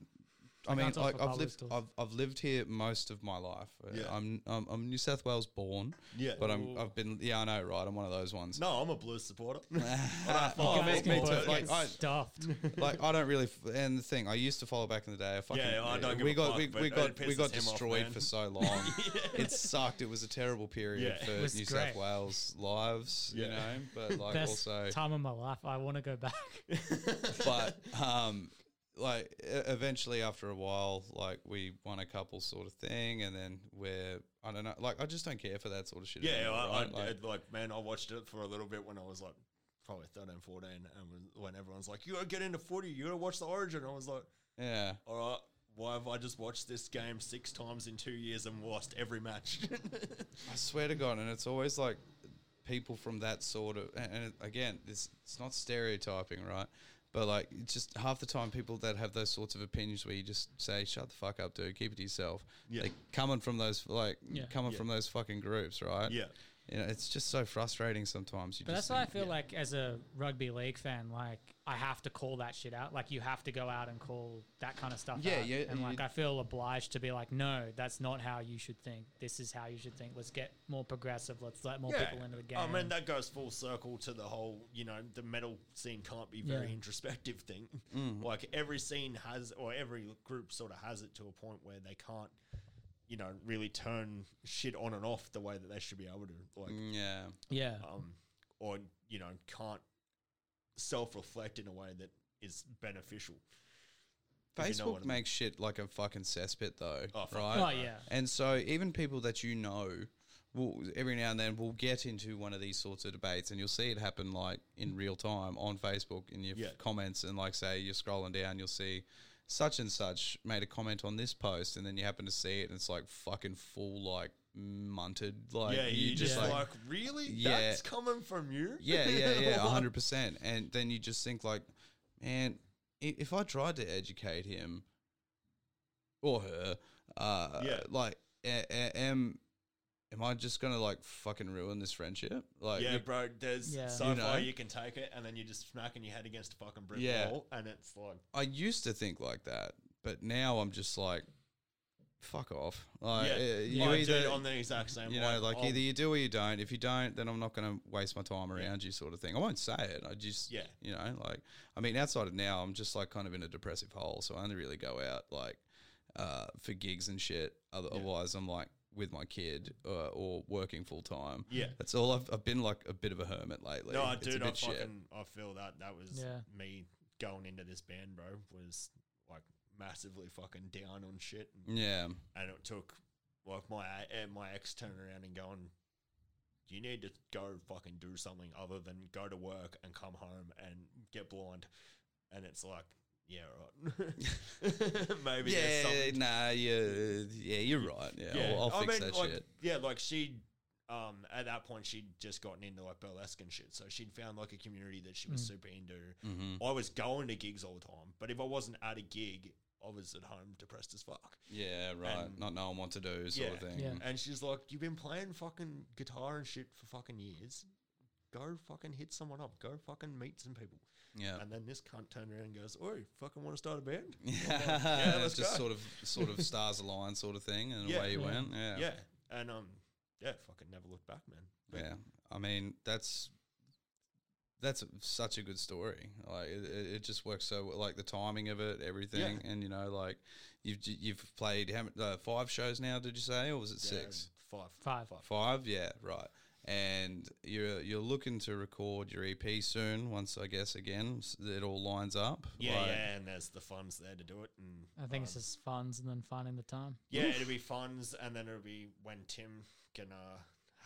I,
I
mean,
can't talk
like,
for
I've
public
lived,
schools.
I've, I've lived here most of my life. Uh,
Yeah.
I'm, I'm, I'm New South Wales born.
Yeah.
but I'm, I've been, yeah, I know, right? I'm one of those ones.
No, I'm a Blues supporter.
Oh, me- me
basketball
too.
was
Like,
getting
I-
stuffed.
like I don't really. F- and the thing I used to follow back in the day. I fucking
Yeah, I don't give
we
a
got
fuck,
we,
but
we
it
got we
pisses
got
him off,
destroyed
man.
for so long. It sucked. It was a terrible period
Yeah.
for
It was
New
great.
South Wales lives, you
Yeah.
know. But like
Best
also,
time of my life. I want to go back.
but um, like e- eventually after a while, like we won a couple sort of thing, and then we're I don't know. Like I just don't care for that sort of shit.
Yeah,
anymore,
I,
right?
I,
Like-
like, like, man, I watched it for a little bit when I was like probably 13, 14, and when- when everyone's like, you gotta get into footy, you gotta watch the origin. I was like,
yeah.
all right, why have I just watched this game six times in two years and lost every match?
I swear to God, and it's always like people from that sort of, and, and again, this it's not stereotyping, right? But like, it's just half the time, people that have those sorts of opinions, where you just say, "Shut the fuck up, dude. Keep it to yourself."
Yeah.
Like coming from those, like
Yeah.
coming from those fucking groups, right?
Yeah.
You know, it's just so frustrating sometimes. You
But
just
that's why I
think-
feel like as a rugby league fan, like I have to call that shit out. Like you have to go out and call that kind of stuff
Yeah,
out.
yeah,
And like
you-
I feel obliged to be like, no, that's not how you should think. This is how you should think. Let's get more progressive. Let's let more people into the game.
I mean, that goes full circle to the whole, you know, the metal scene can't be very
Yeah.
introspective thing.
Mm.
Like every scene has, or every group sort of has it to a point where they can't, you know, really turn shit on and off the way that they should be able to. Like,
yeah,
yeah.
um, or you know can't self-reflect in a way that is beneficial. If you know what I
Facebook
mean.
makes shit like a fucking cesspit, though.
Oh, fuck.
right?
Oh, yeah.
And so even people that you know, will every now and then will get into one of these sorts of debates, and you'll see it happen like in real time on Facebook in your f-
Yeah.
comments, and like say you're scrolling down, you'll see. Such and such made a comment on this post, and then you happen to see it, and it's like fucking full, like munted, like
yeah, you just
Yeah.
like, really?
Yeah.
That's coming from you?
yeah, yeah, yeah, hundred percent. And then you just think like, man, i- if I tried to educate him or her, uh,
Yeah.
like, a- a- am am I just gonna like fucking ruin this friendship? Like,
Yeah,
Uh, you-
bro. There's
Yeah.
so
You know?
far you can take it, and then you're just smacking your head against a fucking brick
Yeah.
wall, and it's like,
I used to think like that, but now I'm just like, fuck off. Like,
yeah,
uh,
you
you
like,
either
dude, on the exact same.
you know, like
I'll-
either you do or you don't. If you don't, then I'm not going to waste my time around you, sort of thing. I won't say it. I just,
Yeah.
you know, like I mean, outside of now, I'm just like kind of in a depressive hole, so I only really go out like uh, for gigs and shit. Other- Otherwise, I'm like with my kid uh, or working full time.
Yeah.
that's all. I've, I've been like a bit of a hermit lately.
No,
It's a
dude, I
bit shit.
fucking I feel that that was
Yeah.
me going into this band, bro. Was like massively fucking down on shit. And
Yeah,
and it took like my uh, my ex turning around and going, "You need to go fucking do something other than go to work and come home and get blind," and it's like, yeah, right, maybe
yeah,
there's something.
nah, yeah, yeah, you're right. Yeah, I'll, I'll
I
fix
mean,
that
like,
shit.
Yeah, like she. Um, at that point, she'd just gotten into like burlesque and shit, so she'd found like a community that
Mm.
she was super into.
Mm-hmm.
I was going to gigs all the time, but if I wasn't at a gig, I was at home depressed as fuck.
Yeah, right.
and-
Not knowing what to do, sort of
Yeah.
thing.
Yeah.
And she's like, You've been playing fucking guitar and shit for fucking years. Go fucking hit someone up. Go fucking meet some people.
yeah.
And then this cunt turned around and goes, Oh, you fucking want to start a band?
yeah,
let's
just
go.
sort of sort of stars align sort of thing, and
Yeah.
away you
Yeah.
went. Yeah.
Yeah. And um, yeah, fucking never looked back, man.
Yeah. I mean, that's that's such a good story. Like it, it it just works so well. like the timing of it, everything, and you know, like you've j- you've played how many, uh, five shows now? Did you say, or was it six?
Five.
Five.
Five, yeah, right. And you're you're looking to record your EP soon. Once I guess again, s- it all lines up.
Yeah,
Like,
yeah, and there's the funds there to do it. And
I think it's just funds and then finding the time.
yeah, it'll be funds, and then it'll be when Tim can uh,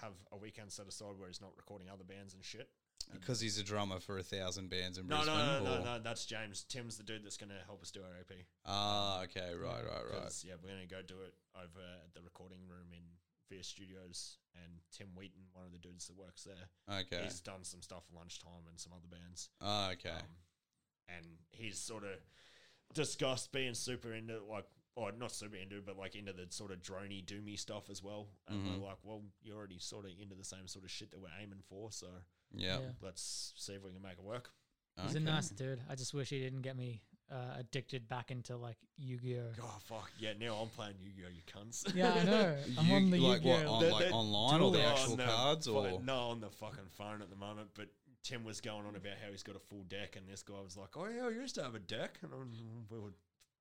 have a weekend set aside where he's not recording other bands and shit.
because he's a drummer for a thousand bands in
No, no,
Brisbane.
no, no,
or-
no, that's James. Tim's the dude that's gonna help us do our AP.
Ah, okay, right, right, right.
'Cause, Yeah, we're gonna go do it over at the recording room in Fear Studios, and Tim Wheaton, one of the dudes that works there,
Okay.
he's um, done some stuff for Lunchtime and some other bands.
Ah, okay.
and he's sort of discussed being super into like or not super into but like into the sort of drony doomy stuff as well and we're like well you're already sort of into the same sort of shit that we're aiming for so
yeah.
Yeah.
let's see if we can make it work
He's a
Okay.
nice dude. I just wish he didn't get me uh, addicted back into like Yu-Gi-Oh.
oh fuck yeah now i'm playing yu-gi-oh you cunts
Yeah, I know. I'm
You-
on the
like what,
Yu-Gi-Oh.
on-
They're-
like
they're
online or the
doing Oh, it
actual
on the
cards
fu-
or-
no on the fucking phone at the moment but tim was going on about how he's got a full deck and this guy was like oh yeah i used to have a deck and I'm- we were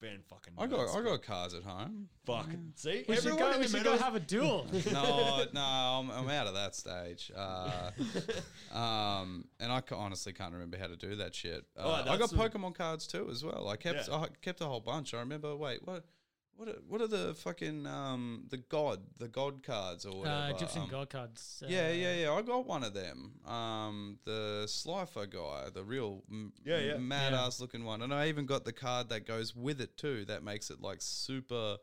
being fucking
I got
nerds,
I
but
got cards at home.
fucking see
we should,
everyone
go,
in
we
the
should
middle-
go have a duel.
No, no, I'm, I'm out of that stage. Uh, um, and I ca- honestly can't remember how to do that shit. Uh, I got
Oh, that's a-
Pokemon cards too as well. I kept
Yeah.
I kept a whole bunch. I remember. Wait, what? What are, what are the fucking um the god the god cards or whatever?
uh, Egyptian
um,
god cards. Uh,
Yeah, yeah, yeah. I got one of them. Um, the Slifer guy, the real m-
Yeah, yeah.
mad
Yeah.
ass looking one, and I even got the card that goes with it too. That makes it like super,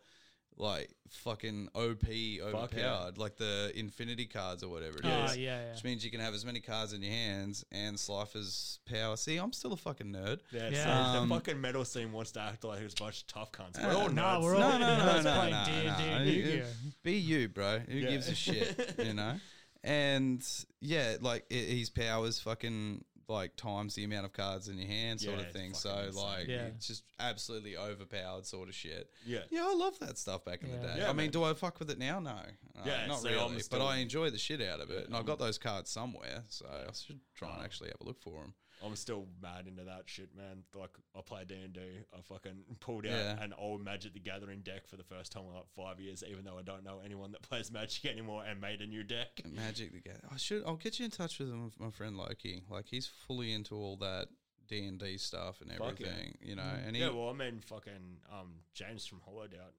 like fucking OP overpowered, like the Infinity cards or whatever it is.
Oh, yeah, yeah.
Which means you can have as many cards in your hands and Slifer's power. See, I'm still a fucking nerd.
Yeah,
Yeah.
So
Um,
the fucking metal scene wants to act like it's a bunch of tough cunts.
Uh,
We're all
no,
nerds.
we're all-
no, no, no, no,
Let's
no,
play
no,
D&D
no.
and
You-
Yu-Gi-Oh.
Be you, bro. Who
Yeah.
gives a shit? You know. And yeah, like i his powers, fucking like times the amount of cards in your hand, sort
Yeah,
of thing. So
fucking insane.
like,
Yeah.
it's just absolutely overpowered, sort of shit.
Yeah.
Yeah, I love that stuff back in the
Yeah.
day.
Yeah,
I mean,
man.
do I fuck with it now? No, Uh,
Yeah,
not
so I'm
really. But
still-
I enjoy the shit out of it, and I got those cards somewhere, so I should try and actually have a look for them.
I'm still mad into that shit, man. Like I play D and I fucking pulled out
Yeah.
an old Magic the Gathering deck for the first time in like five years, even though I don't know anyone that plays Magic anymore, and made a new deck.
Magic the Gathering. I should. I'll get you in touch with m- my friend Loki. Like he's fully into all that D and D stuff and
Fuck yeah. Mm.
everything. You know, and he,
Yeah, well, I mean, fucking um, James from Hollowed Out,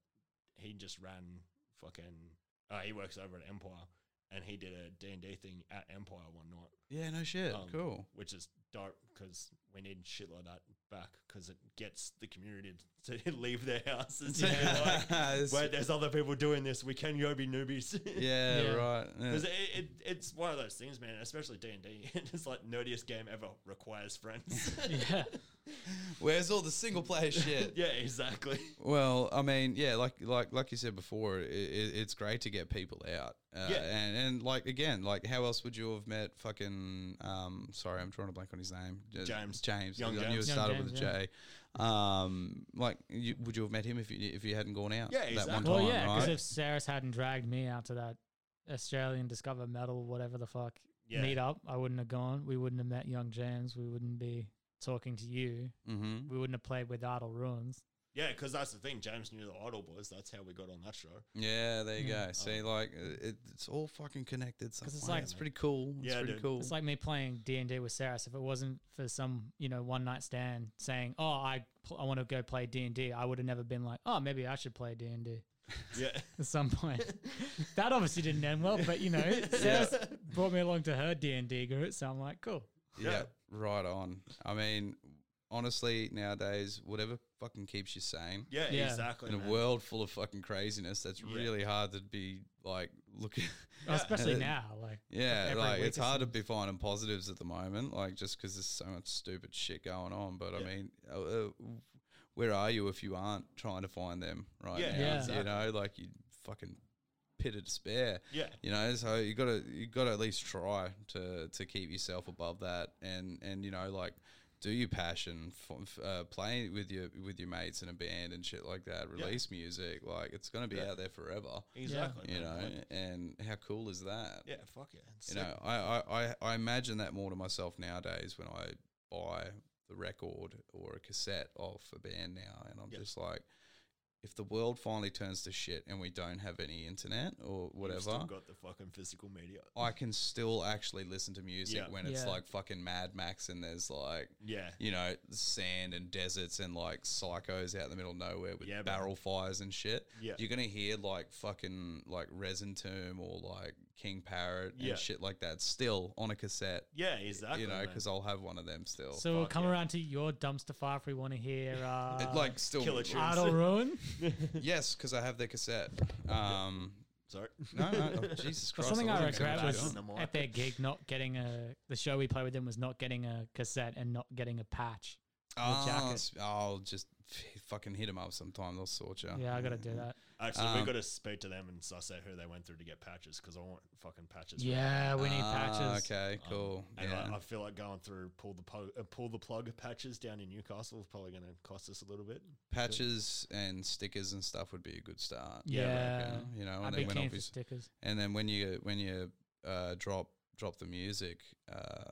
he just ran fucking. Uh, he works over at Empire, and he did a D and D thing at Empire one night.
yeah, no shit,
um,
cool.
Which is dope because we need shit like that back because it gets the community to leave their houses. and be
It's-
like, Wait, there's other people doing this. We can go be newbies.
Yeah,
Yeah.
right. yeah.
'Cause It, it, it's one of those things, man. Especially D and D. It's like nerdiest game ever requires friends.
yeah.
Where's all the single player shit?
yeah, exactly.
Well, I mean, yeah, like like like you said before, i i it's great to get people out. Uh,
Yeah.
and and like again, like how else would you have met fucking? Um, sorry, I'm drawing a blank on his name. Uh,
James.
James.
Young
I knew it
James.
Young
started with
James,
a J. Um, like, you, would you have met him if you if you hadn't gone out?
Yeah,
that one time,
exactly.
Well, yeah, because
right?
if Saris hadn't dragged me out to that Australian Discover Medal, whatever the fuck
Yeah.
meet up, I wouldn't have gone. We wouldn't have met Young James. We wouldn't be talking to you.
mm-hmm.
We wouldn't have played with Idle Ruins.
Yeah, because that's the thing. James knew the Idol Boys. That's how we got on that show.
Yeah, there you go. See, like, uh, it, it's all fucking connected. Because
it's like-
it's pretty cool. It's
Yeah,
pretty
dude.
cool.
It's like me playing D and D with Saris. If it wasn't for some, you know, one night stand saying, "Oh, I pl- I want to go play D and D," I would have never been like, "Oh, maybe I should play D and D."
Yeah.
At some point, that obviously didn't end well. But you know, Saris brought me along to her D and D group, so I'm like, "Cool."
Yeah. right on. I mean, honestly, nowadays, whatever fucking keeps you sane
Yeah,
Yeah.
exactly.
in a
man.
world full of fucking craziness, that's really hard to be like looking.
Especially
Uh,
now, like
yeah,
every
like
week
it's
or
hard to be finding positives at the moment, like just because there's so much stupid shit going on. But I mean, uh, uh, where are you if you aren't trying to find them right
Yeah,
now?
Yeah.
You
exactly.
know, like you fucking pit of despair.
Yeah.
You know, so you gotta you gotta at least try to to keep yourself above that and and you know like do your passion, f- f- uh, play with your with your mates in a band and shit like that. Release music, like it's gonna be out there forever.
Exactly.
You know,
man.
and how cool is that?
Yeah, fuck yeah. It's
You
sick.
know, I, I, I, I imagine that more to myself nowadays when I buy the record or a cassette off a band now, and I'm
Yeah.
just like, if the world finally turns to shit and we don't have any internet or
You've still
whatever,
got the fucking physical media.
I can still actually listen to music
Yeah.
when it's
Yeah.
like fucking Mad Max and there's like
Yeah.
you know, sand and deserts and like psychos out in the middle of nowhere with
Yeah, bro.
barrel fires and shit.
Yeah.
You're gonna hear like fucking like Resin Tomb or like King Parrot
Yeah.
and shit like that still on a cassette.
Yeah, exactly.
you know,
man.
because I'll have one of them still.
So we'll
fuck,
come
yeah.
around to your dumpster fire if we want to hear
It,
uh,
like still
Killer Tunes.
Idle Ruin.
yes, because I have their cassette. Um,
Sorry.
no, no, oh, Jesus
Well,
Christ!
something I
wasn't gonna
regret
do
was
that.
John.
at their gig not getting a the show we played with them was not getting a cassette and not getting a patch.
oh,
jacket.
s- I'll just f- fucking hit them up sometime. They'll sort you.
Yeah, I gotta do that.
Actually, we
Um,
got to speak to them and suss out who they went through to get patches because I want fucking patches. for
Yeah, we need
Ah,
patches.
Okay,
Um,
cool.
And
yeah.
I, I feel like going through pull the po- uh, pull the plug patches down in Newcastle is probably going to cost us a little bit.
patches and stickers and stuff would be a good start.
Yeah.
I reckon, you know,
I'd
and
be
then when
keen for
obviously,
stickers.
and then when you when you uh, drop drop the music, uh,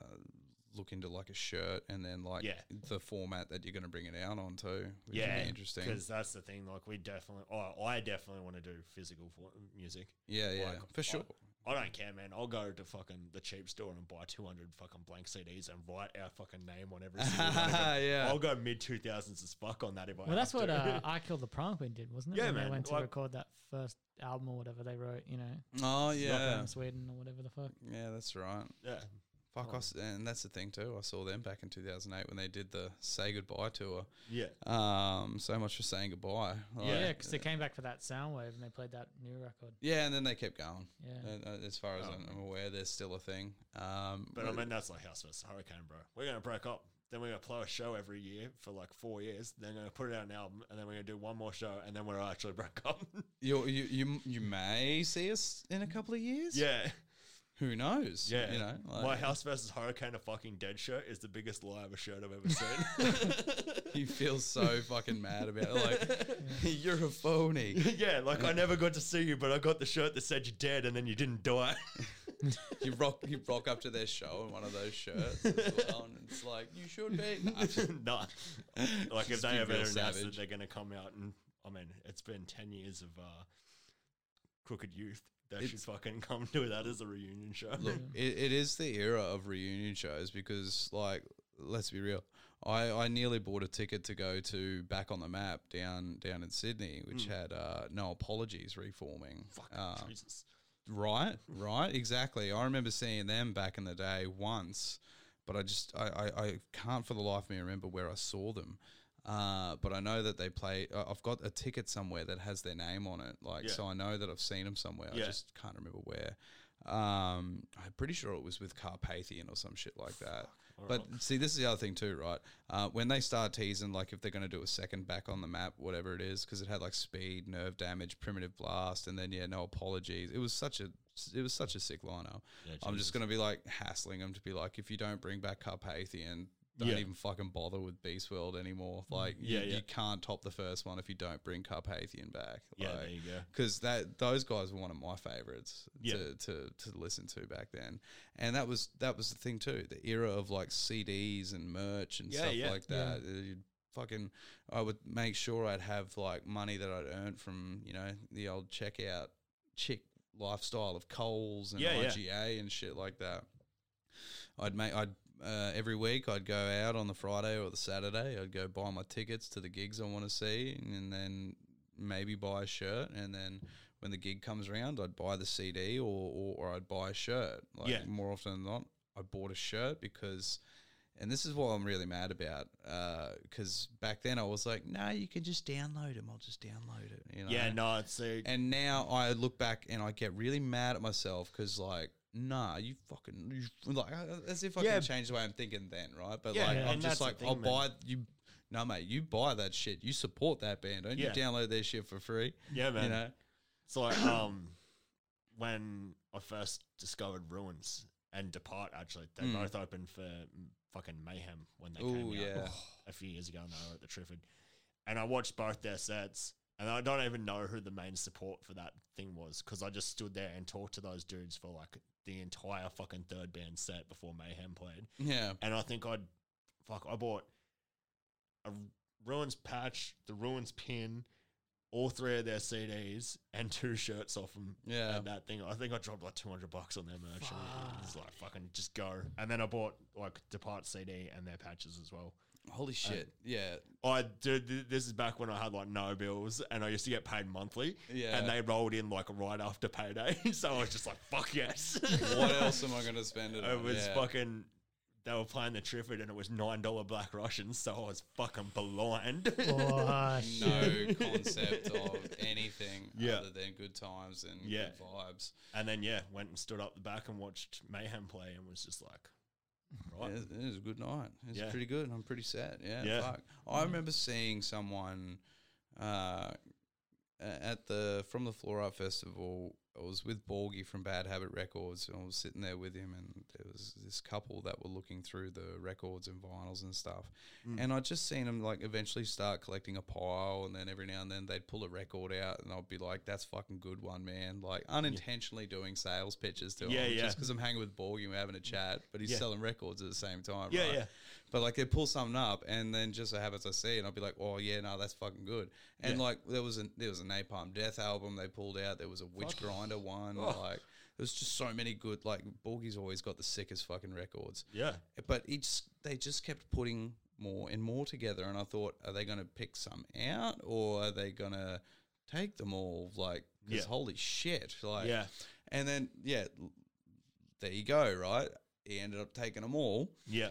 look into like a shirt and then like
Yeah.
the format that you're going to bring it out on too. Which would
yeah,
be interesting.
Because that's the thing. Like we definitely, oh, I definitely want to do physical for music.
Yeah, yeah,
like,
for
I-
sure.
I don't care, man. I'll go to fucking the cheap store and buy 200 fucking blank CDs and write our fucking name on every single one of them.
Yeah.
I'll go mid 2000s as fuck on that if I
Well, that's
have
what
to.
uh, I Killed the Pronghorn did, wasn't it?
Yeah,
when
man,
They went to
like-
record that first album or whatever they wrote, you know,
Oh
Stockholm,
yeah,
Sweden or whatever the fuck.
yeah, that's right.
yeah.
Fuck us, and that's the thing too. I saw them back in 2008 when they did the "Say Goodbye" tour.
Yeah.
Um, so much for saying goodbye.
Yeah,
Like,
because they came back for that Soundwave and they played that new record.
Yeah, and then they kept going.
Yeah.
And, uh, as far as I'm, I'm aware, there's still a thing. Um,
Oh, But I mean, that's like House vs. Hurricane, bro. We're going to break up. Then we're going to play a show every year for like four years. Then we're going to put it out an album. And then we're going to do one more show. And then we're actually break up.
you, you you you may see us in a couple of years.
yeah.
who knows?
Yeah.
you know,
My
like,
House vs. Hurricane, a fucking dead shirt, is the biggest lie of a shirt I've ever seen.
you feel so fucking mad about it. Like you're a phony.
yeah. Like, I never got to see you, but I got the shirt that said you're dead and then you didn't die.
You rock you rock up to their show in one of those shirts, as well, and it's like you should be. Nah,
nah. Like
Just
if they
be
ever
real
announce that
savage.
they're going to come out and I mean, it's been ten years of uh, crooked youth. They should
It's-
fucking come do that as a reunion show.
Look, it, it is the era of reunion shows because, like, let's be real. I, I nearly bought a ticket to go to Back on the Map down down in Sydney, which
Mm.
had uh, no apologies reforming. Um,
Jesus.
Right, right, exactly. I remember seeing them back in the day once, but I just I, I, I can't for the life of me remember where I saw them. Uh, but I know that they play. I- I've got a ticket somewhere that has their name on it, like
Yeah.
so. I know that I've seen them somewhere.
Yeah.
I just can't remember where. Um, I'm pretty sure it was with Carpathian or some shit like that. But see, this is the other thing too, right? Uh, when they start teasing, like if they're going to do a second back on the map, whatever it is, because it had like speed, nerve damage, primitive blast, and then yeah, no apologies. It was such a it was such a sick lineup. I'm just going to be like hassling them to be like, if you don't bring back Carpathian, don't
Yeah.
even fucking bother with Beast World anymore. Like, you,
Yeah, yeah.
you can't top the first one if you don't bring Carpathian back.
Yeah,
like,
there you go.
because that those guys were one of my favorites
Yeah.
to, to to listen to back then, and that was that was the thing too, the era of like CDs and merch and
Yeah,
stuff
yeah.
like that. Uh, You'd fucking, I would make sure I'd have like money that I'd earned from you know the old checkout chick lifestyle of Coles and
Yeah, yeah.
IGA and shit like that. I'd make I'd uh, every week I'd go out on the Friday or the Saturday. I'd go buy my tickets to the gigs I want to see, and, then maybe buy a shirt. And then when the gig comes around, I'd buy the CD or or, or I'd buy a shirt. Like
Yeah.
more often than not, I bought a shirt because. And this is what I'm really mad about, because back then I was like, "No, you can just download them. I'll just download it." You know?
Yeah, no, it's a,
And now I look back and I get really mad at myself because, like, nah, you fucking, you, like, uh, as if I
Yeah.
can change the way I'm thinking then, right? But,
Yeah,
like,
and
I'm just
that's the
like,
thing,
I'll
man.
buy you. No, mate, you buy that shit. You support that band. Don't you
Yeah.
download their shit for free?
yeah, man.
You know?
So um, when I first discovered Ruins, and Depart actually. They
Mm.
both opened for mm, fucking Mayhem when they
Oh
came out
yeah.
a few years ago now at the Trifford. And I watched both their sets and I don't even know who the main support for that thing was because I just stood there and talked to those dudes for like the entire fucking third band set before Mayhem played.
Yeah.
And I think I'd fuck I bought a Ruins patch, the Ruins pin, all three of their CDs, and two shirts off them.
Yeah.
And that thing, I think I dropped like two hundred bucks on their merch. and It's like fucking just go. And then I bought like Depart CD and their patches as well.
Holy shit. yeah.
I dude, th- this is back when I had like no bills, and I used to get paid monthly.
Yeah.
and they rolled in like right after payday, so I was just like, "Fuck yes!"
What else am I gonna spend it on?
It was
yeah.
fucking. They were playing the Trifford, and it was nine dollar Black Russians, so I was fucking blind.
Oh,
no concept of anything
Yeah.
other than good times and
Yeah.
good vibes.
and then yeah, went and stood up the back and watched Mayhem play, and was just like,
Yeah,
"Right,
it was a good night. It was
Yeah.
pretty good. I'm pretty sad. Yeah,
Yeah.
fuck. I remember seeing someone uh, a- at the From the Floor Up Festival. I was with Borgie from Bad Habit Records, and I was sitting there with him, and there was this couple that were looking through the records and vinyls and stuff. And I'd just seen them like eventually start collecting a pile, and then every now and then they'd pull a record out, and I'd be like, "That's fucking good one, man!" Like unintentionally doing sales pitches to
Yeah,
him,
yeah.
just because I'm hanging with Borgie, and we're having a chat, but he's
Mm. Yeah.
selling records at the same time.
Yeah,
right?
yeah.
But like they pull something up, and then just so happens I see, it, and I'll be like, "Oh yeah, no, that's fucking good." And like there was a there was a Napalm Death album they pulled out. There was a Witch Grinder one.
Oh.
Like there's just so many good. Like Borgie's always got the sickest fucking records.
yeah,
But each they just kept putting more and more together, and I thought, are they going to pick some out, or are they going to take them all? Like, 'cause
Yeah.
holy shit! Like,
Yeah.
And then yeah, l- there you go. Right, he ended up taking them all.
yeah."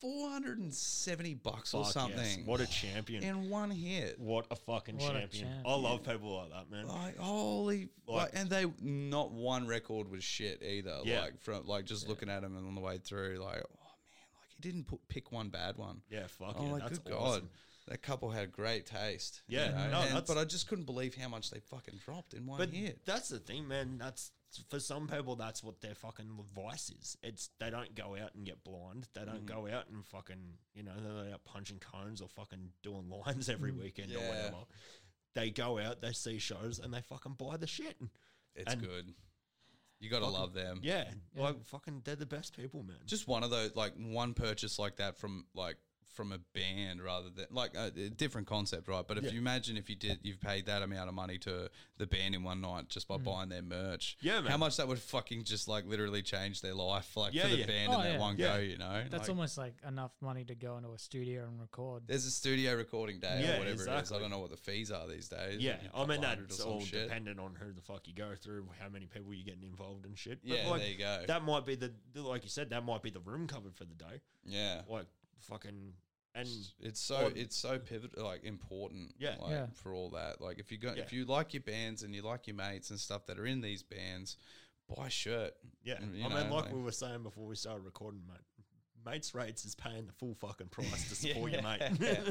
Four hundred and seventy bucks or
fuck yes.
something.
What a champion!
in one hit.
what a fucking
What a
champion! I
champion.
love people like that, man.
Like holy, like,
Like-
and they not one record was shit either.
Yeah.
Like from like just looking at him and on the way through, like oh man, like he didn't put, pick one bad one.
Yeah, fuck
Oh
yeah,
my
that's
good
awesome.
god, that couple had great taste. you
Yeah,
know,
no,
and-
that's-
but I just couldn't believe how much they fucking dropped in one
But
hit.
that's the thing, man. That's for some people. That's what their fucking vice is. It's they don't go out and get blind. They don't
Mm-hmm.
go out and fucking you know they're not out punching cones or fucking doing lines every weekend or
Mm, Yeah.
whatever. They go out, they see shows, and they fucking buy the shit.
Mm. It's
and-
good. You gotta love them.
Yeah, like fucking, they're the best people, man.
just one of those like one purchase like that from like from a band rather than like a, a different concept right but if
Yeah.
you imagine if you did you've paid that amount of money to the band in one night just by buying their merch
Mm. Yeah,
how
man.
much that would fucking just like literally change their life like
Yeah,
for the
yeah.
band
Oh,
in that
yeah.
one
Yeah.
go you know
That's
Like,
almost like enough money to go into a studio and record.
there's a studio recording day
Yeah,
or whatever it is i
exactly.
don't know what the fees are these days
yeah,
like, a
I mean
couple hundred or
that's
some
all
shit.
dependent on who the fuck you go through, how many people you're getting involved and shit.
Yeah, there you go.
That might be the like you said, that might be the room covered for the day.
yeah
Like fucking and
it's so
Or-
it's so pivotal like important
Yeah.
like,
Yeah.
for all that like if you go
Yeah.
if you like your bands and you like your mates and stuff that are in these bands buy a shirt
Yeah,
Mm, you
I
know,
mean, like,
like-
we were saying before we started recording, mate. Mates rates is paying the full fucking price to support your mate.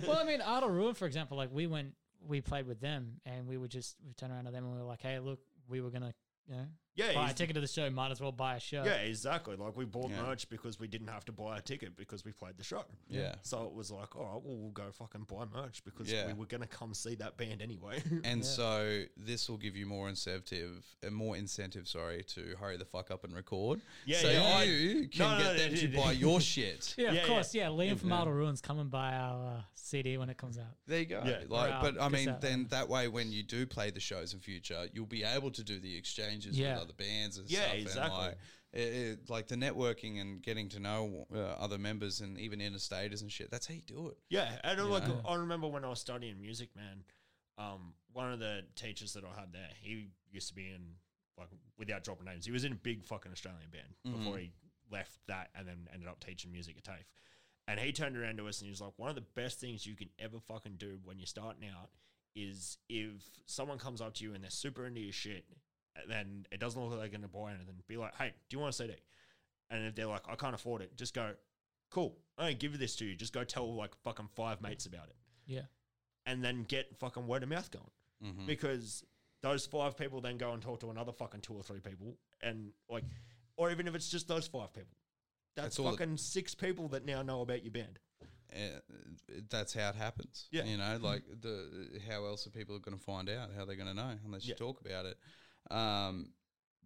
well, I mean, Idle Ruin, for example, like we went, we played with them, and we would just we turned around to them and we were like, "Hey, look, we were gonna, you know,
Yeah,
buy a
he's-
ticket to the show. Might as well buy a shirt."
yeah, exactly. Like we bought
Yeah.
merch because we didn't have to buy a ticket because we played the show.
Yeah.
So it was like, all right, well, we'll go fucking buy merch because
Yeah.
we were gonna come see that band anyway.
and so this will give you more incentive and more incentive sorry to hurry the fuck up and record
Yeah,
so
yeah, yeah.
you can
No, no,
get
no,
them
it-
to
it-
buy your shit
Yeah,
Yeah,
of
yeah.
course. Yeah, Liam from Idle Ruins, come and buy our uh, CD when it comes out.
There you go.
Yeah.
Like,
Wow,
but I
good
mean,
stuff.
then that way, when you do play the shows in future, you'll be able to do the exchanges
Yeah.
with other bands and
Yeah,
stuff.
exactly.
And like, it, it- like the networking and getting to know uh, other members and even interstaters and shit. That's how you do it.
Yeah, and like I remember when I was studying music, man. Um, one of the teachers that I had there, he used to be in like without dropping names, he was in a big fucking Australian band before he left that and then ended up teaching music at TAFE. And he turned around to us and he was like, "One of the best things you can ever fucking do when you're starting out is if someone comes up to you and they're super into your shit, and then it doesn't look like they're gonna buy anything, be like, hey, do you want a CD?'" And if they're like, "I can't afford it," just go, cool. I don't give this to you. Just go tell like fucking five mates about it,
Yeah,
and then get fucking word of mouth going.
Mm-hmm.
Because those five people then go and talk to another fucking two or three people, and like or even if it's just those five people. That's
That's all that-
fucking six people that now know about your band.
uh, that's how it happens.
Yeah. Mm-hmm.
You know, like the how else are people going to find out? How they're going to know unless
Yeah.
you talk about it. Um,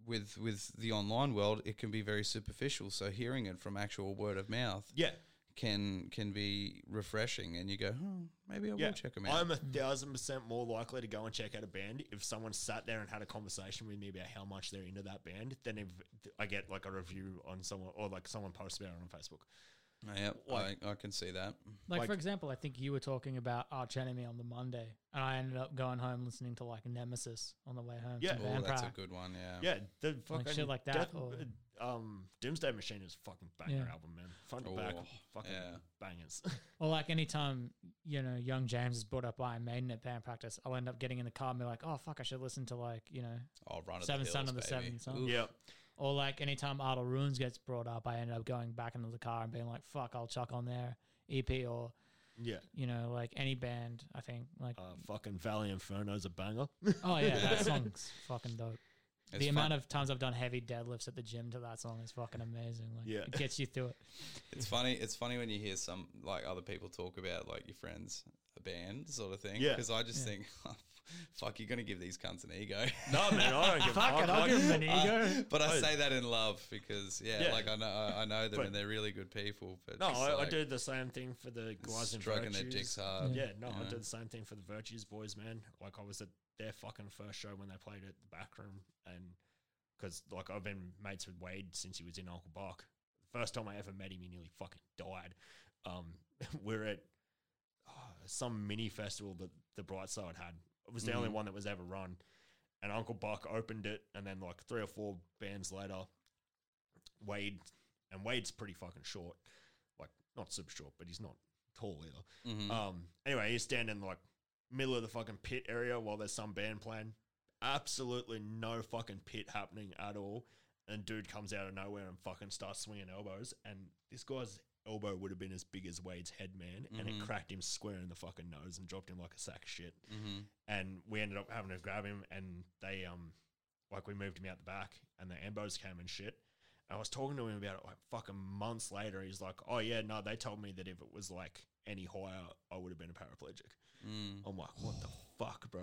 with with the online world, it can be very superficial. So hearing it from actual word of mouth
Yeah,
can can be refreshing, and you go, oh, maybe I
yeah.
will check them out.
I'm a thousand percent more likely to go and check out a band if someone sat there and had a conversation with me about how much they're into that band than if I get like a review on someone or like someone posts about it on Facebook.
Oh, yeah,
like-
I, I can see that.
Like,
Like-
for example, I think you were talking about Arch Enemy on the Monday, and I ended up going home listening to like Nemesis on the way home.
Yeah.
to
Oh,
Oh,
Vampire.
that's a good one. Yeah.
Yeah, the
Like
fucking
shit like that
Death,
or-
uh, um, Doomsday Machine is fucking banger
Yeah.
album, man. Front to back,
Oh,
fucking
yeah.
bangers.
Or like anytime, you know, young James is brought up by a maiden at band practice, I'll end up getting in the car and be like, oh, fuck, I should listen to like, you know.
Oh, run of
Seven
the
Son
hills,
of the
baby.
Seven Son.
Oof.
yeah,
Or like anytime Idle Ruins gets brought up, I end up going back into the car and being like, fuck, I'll chuck on their EP or,
yeah.
you know, like any band, I think. Like,
Oh.
Uh, fucking Valley Inferno's a banger.
oh yeah, that song's fucking dope.
It's
the amount
fun-
of times I've done heavy deadlifts at the gym to that song is fucking amazing. Like,
Yeah.
it gets you through it.
It's funny. It's funny when you hear some like other people talk about like your friends, a band sort of thing.
Yeah.
Because I just think, "Oh, fuck, you're gonna give these cunts an ego.
no, man, I don't give a fuck. Oh, Like,
an
I- but I
I-
say that in love because yeah,
Yeah.
like I know I, I know them
But-
and they're really good people. But
no,
it's
I, I
like
do the same thing for the guys in
stroking
Virtues.
their dicks hard.
Yeah, no, I
Yeah.
did the same thing for the Virtues boys, man. Like I was at their fucking first show when they played at the back room, and because like I've been mates with Wade since he was in Uncle Buck. First time I ever met him, he nearly fucking died. Um, we we're at oh, some mini festival that the Bright Side had. It was the only one that was ever run, and Uncle Buck opened it, and then like three or four bands later, Wade and Wade's pretty fucking short, like not super short, but he's not tall either.
Mhm.
Um. Anyway, he's standing in like middle of the fucking pit area while there's some band playing. Absolutely no fucking pit happening at all. And dude comes out of nowhere and fucking starts swinging elbows. And this guy's elbow would have been as big as Wade's head, man. And it cracked him square in the fucking nose and dropped him like a sack of shit.
Mm-hmm.
And we ended up having to grab him. And they um, like we moved him out the back. And the ambos came and shit. I was talking to him about it like fucking months later. He's like, "Oh yeah, no, they told me that if it was like any higher, I would have been a paraplegic."
Mm.
I'm like, "What the fuck, bro?"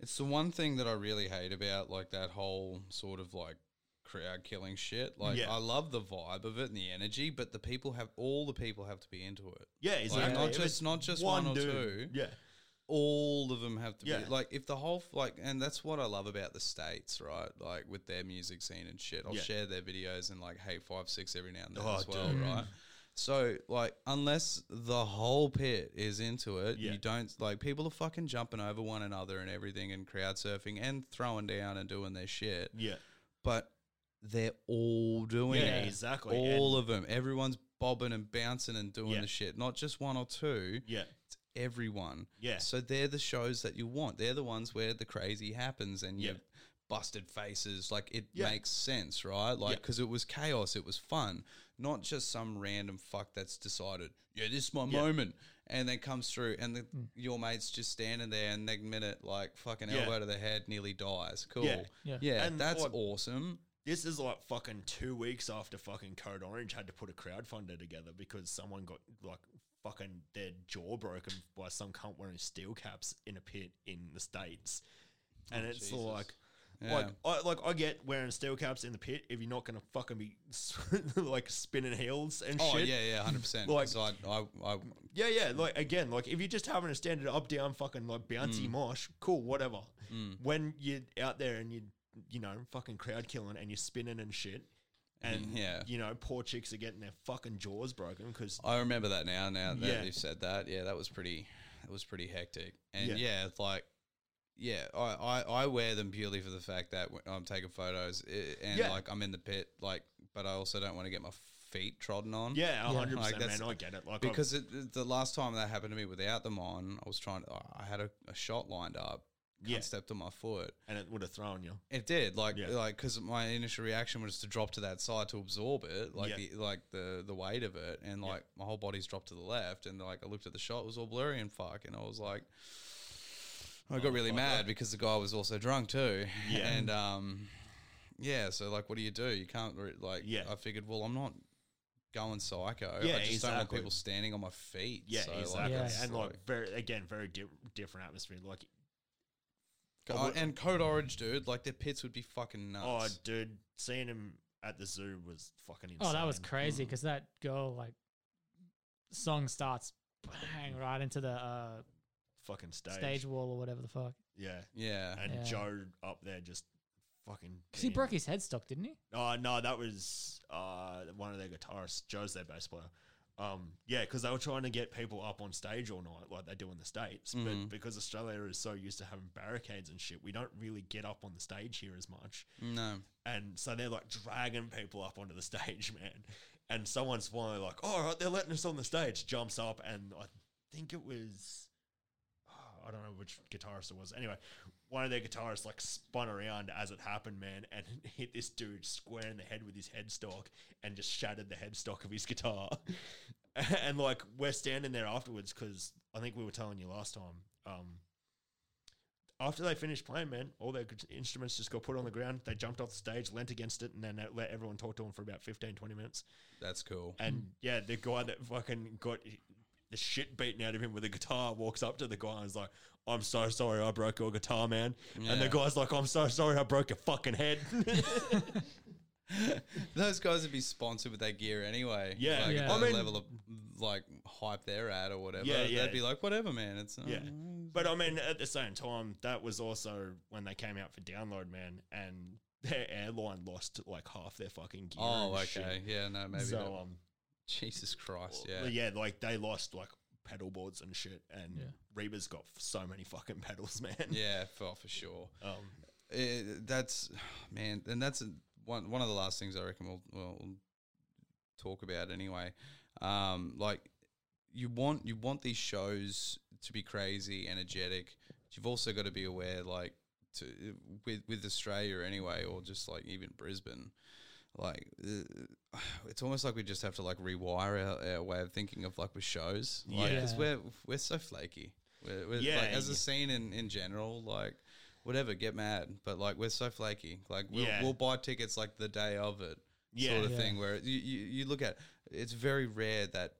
It's the one thing that I really hate about like that whole sort of like crowd killing shit. Like
Yeah.
I love the vibe of it and the energy, but the people have all the people have to be into it.
Yeah, exactly.
not
If
just-
it's
not just one or
dude-
two.
Yeah,
all of them have to
Yeah.
be like if the whole f- like and that's what I love about the states, right? Like with their music scene and shit. I'll
Yeah.
share their videos and like hey five six every now and then
Oh,
as well,
dude.
right? So like unless the whole pit is into it,
Yeah.
you don't like people are fucking jumping over one another and everything and crowd surfing and throwing down and doing their shit.
yeah,
But they're all doing
Yeah,
it.
exactly.
All of them. Everyone's bobbing and bouncing and doing
Yeah.
the shit. Not just one or two
yeah,
everyone.
Yeah.
So they're the shows that you want. They're the ones where the crazy happens and
Yeah.
you busted faces. Like it
Yeah.
makes sense, right? Like
Yeah.
because it was chaos, it was fun, not just some random fuck that's decided. Yeah, this is my
Yeah.
moment, and then comes through, and the, your mates just standing there, and next minute, like fucking
Yeah.
elbow to the head, nearly dies. Cool.
Yeah.
Yeah.
And
that's
or-
awesome.
This is like fucking two weeks after fucking Code Orange had to put a crowdfunder together because someone got like fucking their jaw broken by some cunt wearing steel caps in a pit in the states, and it's
Oh, Jesus.
like.
Yeah.
Like, I, like I get wearing steel caps in the pit if you're not gonna fucking be like spinning heels and
oh
shit.
yeah, yeah, hundred percent.
Like-
Like I, I, I
yeah, yeah. Like again, like if you're just having a standard up down fucking like
Mm.
bouncy mosh, cool, whatever. When you're out there and you you know fucking crowd killing and you're spinning and shit, and
Mm, Yeah. Um,
you know poor chicks are getting their fucking jaws broken because
I remember that now. Now that
Yeah.
you've said that, yeah, that was pretty. That was pretty hectic. And
Yeah.
yeah, it's like, yeah, I, I I wear them purely for the fact that when I'm taking photos i- and
Yeah.
like I'm in the pit, like, but I also don't want to get my feet trodden on.
yeah, hundred
Like,
percent,
that's-
man, I get it. Like I've-
Because it- it, the last time that happened to me without them on, I was trying. To, I had a, a shot lined up.
Yeah.
Yeah. Stepped on my foot.
and it would have thrown you.
It did, like,
Yeah.
like because my initial reaction was to drop to that side to absorb it, like,
Yeah.
the, like the the weight of it, and like my whole body's dropped to the left, and like I looked at the shot, it was all blurry and fuck, and I was like, I got really mad because the guy was also drunk too,
Oh, Yeah.
and um, Yeah, so like, what do you do? You can't re- like.
Yeah.
I figured, well, I'm not going psycho.
Yeah,
I just don't want
exactly.
people standing on my feet.
Yeah,
so, Like,
exactly.
Yeah.
it's
And like very again, very di- different atmosphere. Like
God,
I would-
and Code Orange, dude, like their pits would be fucking nuts.
oh, dude, seeing him at the zoo was fucking insane.
Oh, that was
Mm.
crazy because that girl like song starts bang right into the uh,
Fucking stage.
stage wall or whatever the fuck.
Yeah.
yeah,
And
Yeah.
Joe up there just fucking.
Because he
being-
broke his headstock, didn't he?
Oh no, that was uh, one of their guitarists. Joe's their bass player. Um, yeah, because they were trying to get people up on stage all night, like they do in the states. But because Australia is so used to having barricades and shit, we don't really get up on the stage here as much.
no,
And so they're like dragging people up onto the stage, man. And someone's finally like, all right, they're letting us on the stage, jumps up. And I think it was, oh, I don't know which guitarist it was. Anyway, one of their guitarists like spun around as it happened, man, and hit this dude square in the head with his headstock and just shattered the headstock of his guitar. and like, we're standing there afterwards because I think we were telling you last time. Um, after they finished playing, man, all their gu- instruments just got put on the ground. They jumped off the stage, leant against it, and then let everyone talk to them for about 15, 20 minutes.
that's cool.
And yeah, the guy that fucking got the shit beaten out of him with a guitar walks up to the guy and is like, I'm so sorry I broke your guitar, man. And the
Yeah.
guy's like, I'm so sorry I broke your fucking head.
Those guys would be sponsored with their gear anyway.
Yeah.
like,
Yeah.
the
I
mean-
level of like hype they're at or whatever.
Yeah, yeah.
They'd be like, whatever, man. It's uh,
yeah. But I mean, at the same time, that was also when they came out for download, man, and their airline lost like half their fucking gear.
Oh,
and shit.
okay. Yeah, no, maybe.
so,
that-
um,
Jesus Christ. Yeah.
Well, yeah, like they lost like pedal boards and shit, and Reba's got f- so many fucking pedals, man.
Yeah, for for sure.
Um,
it, that's man, and that's one one of the last things I reckon we'll, we'll talk about anyway. Um, like you want you want these shows to be crazy, energetic. But you've also got to be aware, like to with with Australia anyway, or just like even Brisbane. Like uh, it's almost like we just have to like rewire our, our way of thinking of like with shows, like,
Yeah.
because we're we're so flaky. We're, we're,
Yeah,
like, as
yeah.
a scene in in general, like whatever, get mad. But like we're so flaky. Like we'll,
Yeah.
we'll buy tickets like the day of it,
Yeah.
sort of
Yeah.
thing. Where you, you you look at it's very rare that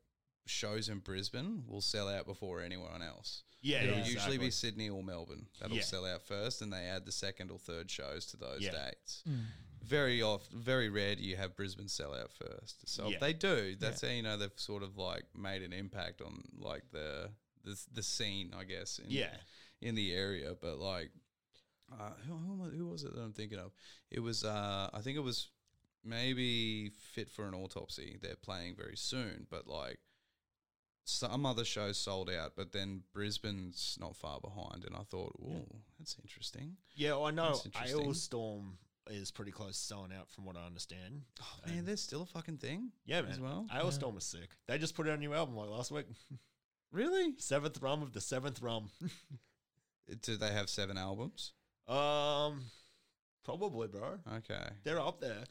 shows in Brisbane will sell out before anyone else.
yeah,
It'll
exactly.
usually be Sydney or Melbourne that'll
Yeah.
sell out first, and they add the second or third shows to those
Yeah.
dates. Very off, very rare do you have Brisbane sell out first. So
Yeah.
if they do, that's how you know they've sort of like made an impact on like the the, the scene, I guess. In,
Yeah.
in the area, but like, uh, who, who, am I- who was it that I'm thinking of? It was, uh, I think it was maybe Fit for an Autopsy. They're playing very soon, but like some other shows sold out, but then Brisbane's not far behind. And I thought, oh, that's interesting.
yeah. I know.
That's interesting.
Ale Storm is pretty close to selling out, from what I understand.
Oh, man, there's still a fucking thing.
Yeah, man.
As well.
Ale Storm was sick. They just put out a new album like last week.
Really?
seventh rum of the seventh rum.
Uh, Do they have seven albums?
um, probably, bro.
Okay.
They're up there.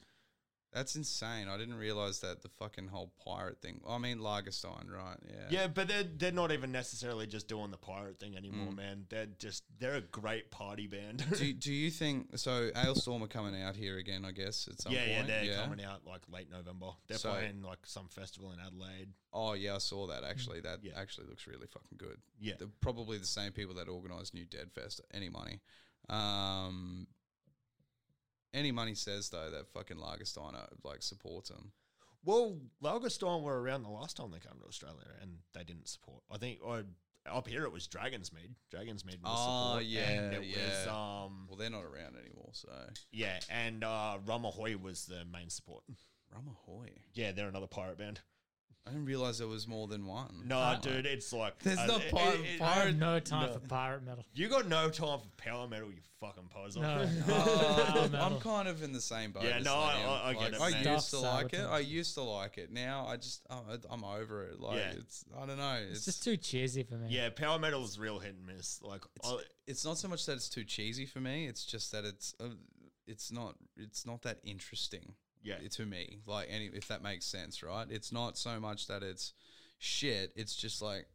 That's insane. I didn't realize that the fucking whole pirate thing. I mean, Lagerstein, right? Yeah.
Yeah, but they're they're not even necessarily just doing the pirate thing
Mm.
anymore, man. They're just they're a great party band.
Do, do you think so? Ailstorm are coming out here again, I guess. At some
yeah, yeah,
point.
they're coming out like late November. They're
So-
playing like some festival in Adelaide.
Oh yeah, I saw that actually. That
Yeah.
actually looks really fucking good.
Yeah.
They're probably the same people that organised New Dead Fest. Any money, um, any money says though that fucking Lagerstein uh, like supports them.
Well, Lagerstein were around the last time they came to Australia, and they didn't support. I think or up here it was Dragonsmead. Dragonsmead was
Oh,
support.
yeah,
and it was
yeah.
um
Well, they're not around anymore, so
yeah, and uh, Rumahoy was the main support.
Ramahoy.
Yeah, they're another pirate band.
I didn't realize there was more than one.
No, dude, it's like uh,
There's no
it-
pirate-
it- it-
I
pirate-
have no time for pirate metal.
You got no time for power metal, you fucking poser.
No,
Uh,
Power
I'm
metal.
kind of in the same boat.
Yeah,
as
no, I-
Liam.
I- I get
Like,
it,
I
man.
used to
Stop
like it. I
sabotaging.
used to like it. Now I just, I'm, I'm over it. Like
Yeah.
it's, I don't know. It's,
It's just too cheesy for me.
yeah, power metal's real hit and miss. Like, oh,
It's,
I'll-
it's not so much that it's too cheesy for me. It's just that it's, uh, it's not, it's not that interesting.
Yeah.
To me, like any, if that makes sense, right? It's not so much that it's shit. It's just like.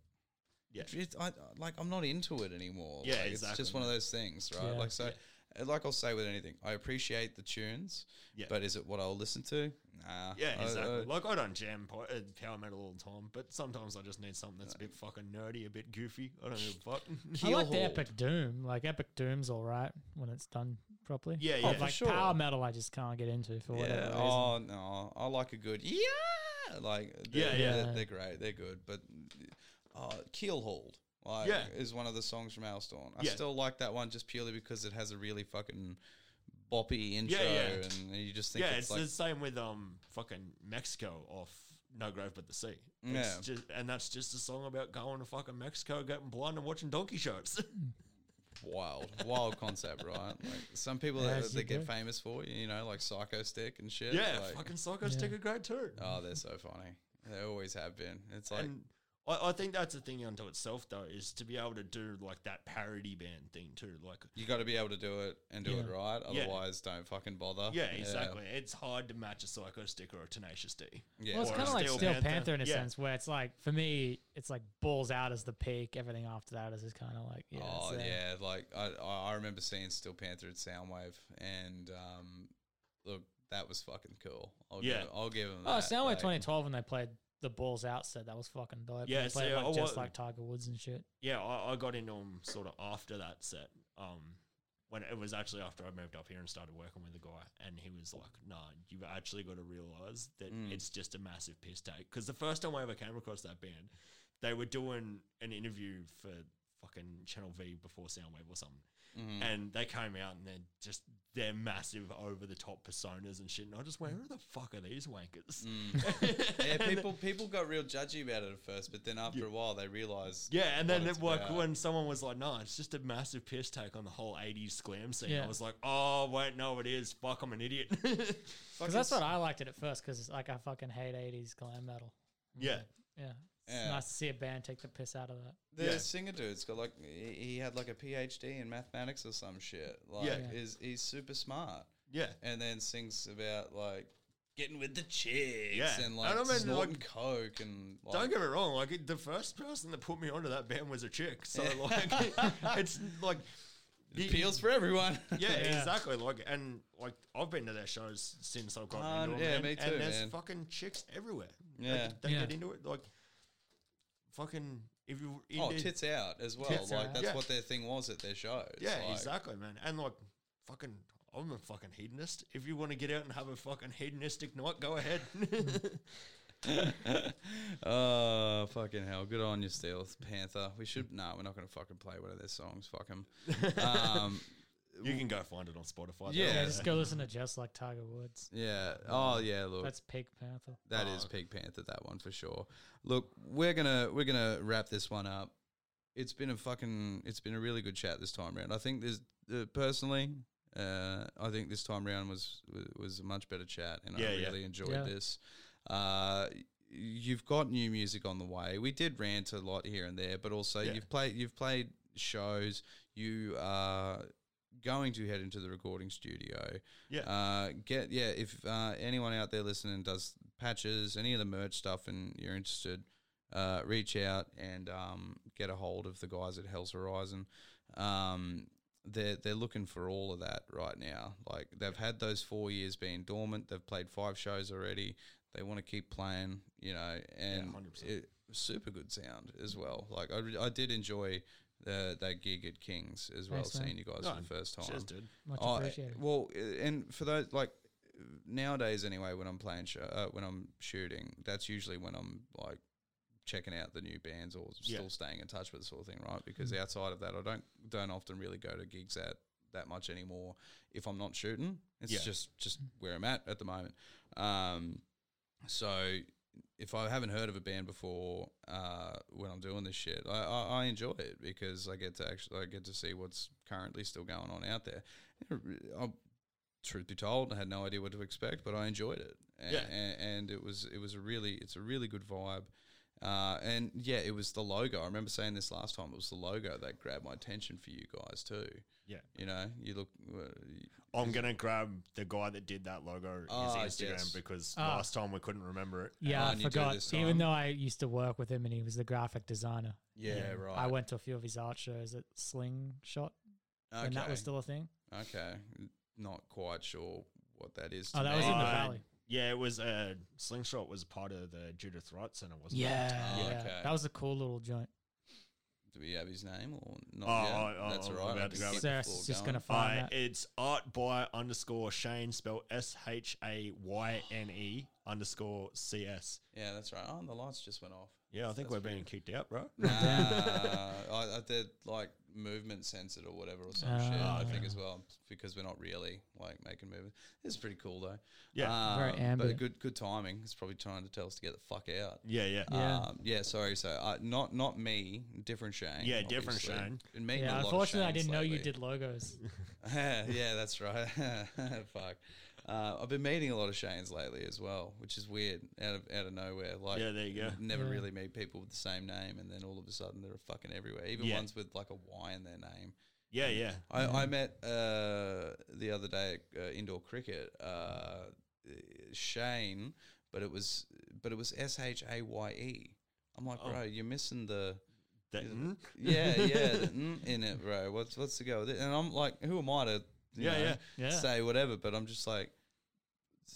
Yeah.
It's, I, like I'm not into it anymore.
Yeah,
like, It's
exactly,
just one of those things, right?
Yeah.
Like so, uh, like I'll say with anything, I appreciate the tunes,
Yeah.
but is it what I'll listen to? Nah.
Yeah,
I-
exactly.
I-
like I don't jam po- uh, power metal all the time, but sometimes I just need something that's a bit fucking nerdy, a bit goofy. I don't give a fuck.
I like the
Keelhauled.
Epic Doom. Like Epic Doom's all right when it's done properly.
Yeah,
But,
yeah.
like
Sure.
power metal, I just can't get into for whatever
yeah.
reason.
Oh no, I like a good yeah. Like they're,
Yeah, yeah.
They're, they're great. They're good, but uh, Keel Hauled. Like,
Yeah.
is one of the songs from Alstorn. I
Yeah.
still like that one just purely because it has a really fucking boppy intro,
Yeah, yeah.
and you just think
yeah,
it's,
it's,
like
the same with um fucking Mexico off No Grave But the Sea. It's
Yeah.
just, and that's just a song about going to fucking Mexico, getting blind, and watching donkey shows.
wild, wild concept, right? Like some people
Yeah,
that,
it's
that
good.
get famous for, you know, like Psycho Stick and shit.
yeah,
like,
fucking Psycho Stick are great too.
Oh, they're so funny. They always have been. It's like
and I, I think that's a thing unto itself though, is to be able to do like that parody band thing too. Like,
you got to be able to do it and do it
Yeah.
right.
Yeah.
Otherwise, don't fucking bother.
yeah, exactly. It's hard to match a Psycho Stick or a Tenacious D.
Yeah.
Well, it's
Or
kind of
a
like
Steel
Steel Panther,
Panther.
in a
Yeah.
sense, where it's like for me, it's like balls out as the peak. Everything after that is just kind of like yeah.
oh
it's, uh,
yeah, like I, I I remember seeing Steel Panther at Soundwave, and um, look, that was fucking cool. I'll
Yeah.
give, I'll give him.
Oh,
that.
Soundwave
like,
2012 when they played the balls out set that was fucking dope.
Yeah, uh,
they played
see,
like,
I
just
wa-
like Tiger Woods and shit.
yeah, I, I got into them sort of after that set. Um, when it was actually after I moved up here and started working with the guy, and he was like, "Nah, you've actually got to realize that it's just a massive piss take." Because the first time I ever came across that band, they were doing an interview for fucking Channel V before Soundwave or something,
mm-hmm. Mm.
and they came out and they're just they're massive, over the top personas and shit. And I just went, "Who the fuck are these wankers?"
Yeah, people people got real judgy about it at first, but then after a while they realized.
Yeah, and
what
then
it's
it, like
about.
when someone was like, "No, it's just a massive piss take on the whole '80s glam scene,"
Yeah.
I was like, "Oh, wait, no, it is. Fuck, I'm an idiot."
Because that's what I liked it at first. Because like I fucking hate 80s glam metal.
yeah,
Yeah. It's
Yeah.
nice to see a band take the piss out of that.
The
Yeah.
singer dude's got like he he had like a PhD in mathematics or some shit. Like
Yeah.
is he's super smart.
yeah,
And then sings about like getting with the chicks
Yeah.
and
And
like
I mean,
snorting
like-
coke and like,
don't get me wrong. Like it- the first person that put me onto that band was a chick, so like it's like
it appeals for everyone.
Yeah, exactly. Like and like I've been to their shows since I've gotten
Ah,
into them.
yeah,
and,
me too,
And there's
man.
fucking chicks everywhere. They
Yeah.
get- they,
Yeah.
get into it like fucking if you
oh,
into-
tits out as well.
Tits
like
out.
that's
Yeah.
what their thing was at their shows.
Yeah,
like,
exactly, man. And like, fucking, I'm a fucking hedonist. If you want to get out and have a fucking hedonistic night, go ahead.
Oh fucking hell! Good on you, Steel Panther. We should. No, we're not gonna fucking play one of their songs. Fuck 'em. Um,
you can go find it on Spotify.
Yeah.
Yeah,
they're all
just
there.
go listen to Just Like Tiger Woods.
yeah. Oh yeah. Look,
That's Pig Panther.
That
Uh,
is Pig Panther, that one for sure. Look, we're gonna we're gonna wrap this one up. It's been a fucking it's been a really good chat this time round. I think there's uh, personally, uh, I think this time round was was a much better chat, and
Yeah,
I
yeah.
really enjoyed
Yeah.
this. Uh, y- you've got new music on the way. We did rant a lot here and there, but also
Yeah.
you've played you've played shows. You are going to head into the recording studio.
Yeah.
Uh, get yeah. If uh, anyone out there listening does patches, any of the merch stuff, and you're interested, uh, reach out and um, get a hold of the guys at Hell's Horizon. Um, they're they're looking for all of that right now. Like they've had those four years being dormant. They've played five shows already. They want to keep playing, you know, and
100%.
it, super good sound as well. Like I, re- I did enjoy the, that gig at Kings as well,
Thanks, man.
seeing you guys for the first time.
Cheers, dude.
Much
Oh,
appreciated.
Well, uh, and for those like nowadays anyway, when I'm playing sho uh, when I'm shooting, that's usually when I'm like checking out the new bands or
Yeah. Mm.
still staying in touch with the sort of thing, right? Because outside of that, I don't don't often really go to gigs that that much anymore if I'm not shooting. It's
Yeah.
just just where I'm at at the moment. Um, so if I haven't heard of a band before, uh, when I'm doing this shit, I, I, I enjoy it because I get to actually I get to see what's currently still going on out there. i truth be told, I had no idea what to expect, but I enjoyed it. A-
Yeah.
a- and, it was it was a really it's a really good vibe. Uh, and yeah, it was the logo. I remember saying this last time. It was the logo that grabbed my attention for you guys too.
Yeah.
You know, you look. Uh,
I'm gonna grab the guy that did that logo
Ah,
his Instagram
yes.
because
Ah.
last time we couldn't remember it. Um,
yeah,
Oh,
I
and you do
forgot.
this time.
Even though I used to work with him and he was the graphic designer,
yeah, right.
I went to a few of his art shows at Slingshot when that was still a thing.
okay. Not quite sure what that is.
Oh,
to
that
me.
was in the
Uh,
valley.
Yeah, it was uh, Slingshot was part of the Judith Wright Center, wasn't
Yeah,
Oh,
yeah.
okay.
that was a cool little joint.
Do we have his name or not?
Oh,
yet?
I- I-
That's
I'm
all right. I
about to
just
grab
keep the
it.
Sarah's
floor
just gonna
going.
it?
find
Uh,
that.
it's art by underscore Shane, spelled S H A Y N E underscore C S.
Yeah, that's right. Oh, and the lights just went off.
Yeah, I think we're being kicked out, bro.
Nah, I, I did like movement censored or whatever or
Ah,
some shit. I think as well because we're not really like making movements. This is pretty cool though.
Yeah.
Um,
Very
But
ambient.
good, good timing. It's probably trying to tell us to get the fuck out.
Yeah, yeah.
Yeah.
Um, yeah, sorry. So, uh, not not me, different Shane.
Yeah, different
obviously.
Shane.
Been meeting a
Yeah,
lot of
unfortunately, I
Shanes
didn't know you
lately.
did logos.
yeah, that's right. Fuck. Uh, I've been meeting a lot of Shanes lately as well, which is weird out of out of nowhere. Like,
Yeah, there you go.
n- Never really meet people with the same name, and then all of a sudden they're fucking everywhere. Even
Yeah. Mm-hmm.
ones with like a Y in their name.
Yeah, yeah.
I, I met uh, the other day at uh, indoor cricket uh, Shane, but it was but it was S H A Y E. I'm
Oh.
like, bro, you're missing the
That- mm?
yeah, yeah, the mm in it, bro. What's what's the go with it? And I'm like, who am I to you
Yeah,
know,
yeah.
Yeah.
say whatever? But I'm just like,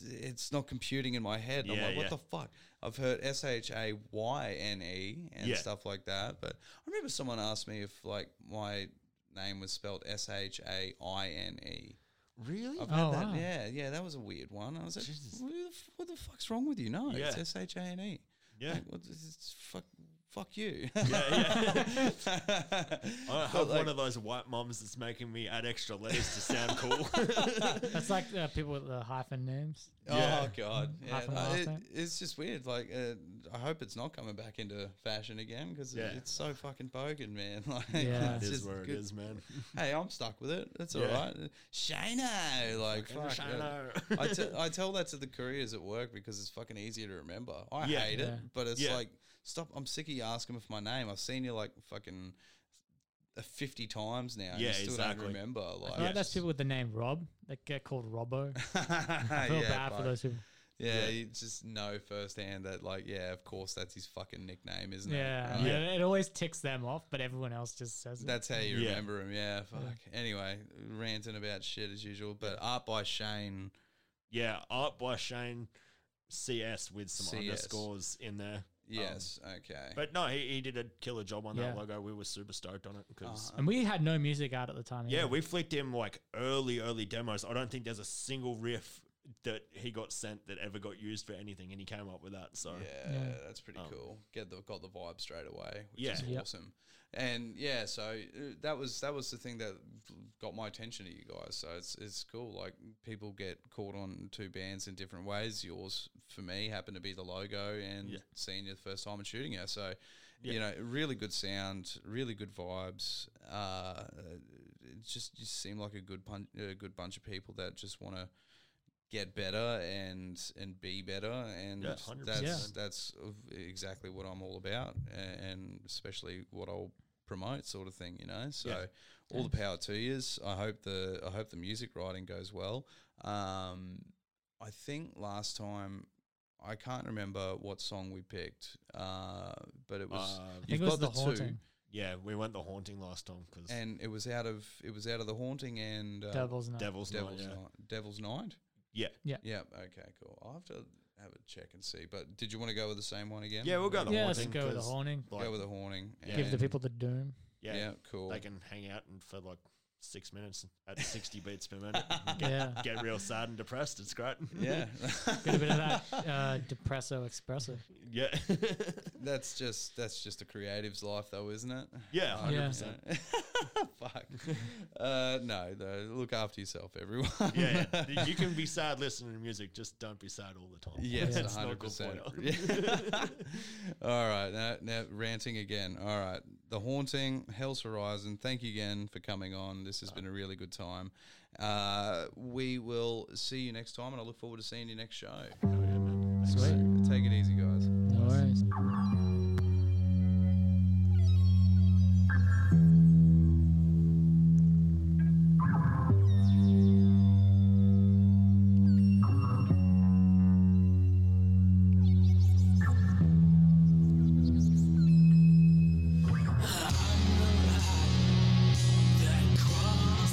it's not computing in my head. And
Yeah,
I'm like, what
yeah.
the fuck? I've heard S H A Y N E and
Yeah.
stuff like that. But I remember someone asked me if like my name was spelled S H A I N E.
Really?
I've had
Oh,
that.
wow.
Yeah, yeah, that was a weird one. I was like, what the, f- what the fuck's wrong with you? No,
Yeah.
it's S H A N E.
Yeah.
Like, what, it's, fuck, fuck you. Oh,
I have one of those white mums that's making me add extra letters to sound cool.
That's like uh, people with the hyphen names.
Oh
Yeah.
god, yeah.
Half an
no,
hour
it-
thing.
it's just weird. Like, uh, I hope it's not coming back into fashion again because
Yeah.
it's so fucking bogan, man. Like,
Yeah.
it
it's
is
just
where it
good-
is, man.
Hey, I'm stuck with it. That's
Yeah.
all right. Shano, like, fuck, yeah.
Shano.
I, t- I tell that to the couriers at work because it's fucking easier to remember. I
Yeah.
hate
Yeah.
it, but it's
Yeah.
like, stop. I'm sick of you asking me for my name. I've seen you like fucking. uh, 50 times now, and
Yeah,
you still
exactly.
don't remember. Like,
I feel like that's people with the name Rob that get called Robbo. I feel
yeah,
bad for
fuck.
those people.
Yeah, you just know firsthand that, like, yeah, of course, that's his fucking nickname, isn't
Yeah,
it? Right?
yeah. It always ticks them off, but everyone else just says it.
That's how you
Yeah.
remember him. Yeah, fuck. Anyway, ranting about shit as usual, but art by Shane.
yeah, art by Shane CS with some
CS.
underscores in there. Um,
Yes, okay.
But no, he, he did a killer job on
Yeah.
that logo. We were super stoked on it because
Uh-huh.
and we had no music out at the time.
yeah,
either.
we flicked him like early, early demos. I don't think there's a single riff that he got sent that ever got used for anything, and he came up with that. So
yeah, Um, that's pretty cool. Get the got the vibe straight away, which
Yeah.
is
Yep.
awesome. And yeah, so uh, that was that was the thing that got my attention to you guys. So it's it's cool. Like people get caught on two bands in different ways. Yours for me happened to be the logo and seeing you the first time and shooting you. So you know, really good sound, really good vibes. Uh, it just you seem like a good pun- a good bunch of people that just want to get better and and be better and
Yeah, 100%.
that's
Yeah.
that's of- exactly what I'm all about a- and especially what I'll promote sort of thing you know so all the power to yous I hope the I hope the music writing goes well um I think last time I can't remember what song we picked uh but it was
Uh, I
you've
think it was
got
The
the, two
Haunting.
yeah, we went the haunting last time because
and it was out of it was out of the haunting and uh,
Devil's Night.
Devil's, Night,
Devil's
yeah.
Night Devil's Night
yeah,
Yeah. Okay. Cool. I'll have to have a check and see. But did you want to go with the same one again?
yeah, we'll go the
Yeah, let's
haunting.
go with the
'cause,
haunting.
like,
go with the horning.
Give the
and-
people the doom.
yeah,
yeah, cool.
They can hang out and for like six minutes at sixty beats per minute, and get,
Yeah,
get real sad and depressed. It's great.
Yeah.
get a bit of that uh, depresso expresso.
yeah,
that's just that's just a creative's life, though, isn't it?
yeah,
Like,
hundred
Yeah.
percent.
Fuck. Uh, no, though. Look after yourself, everyone.
yeah, yeah. you can be sad listening to music. Just don't be sad all the time.
Yes,
That's not a
hundred
good
percent.
pointer.
All right, now, now ranting again. All right, the haunting, Hell's Horizon. Thank you again for coming on. This has been a really good time. Uh, we will see you next time, and I look forward to seeing you next show.
Sweet.
Take it easy, guys.
No worries.
That cross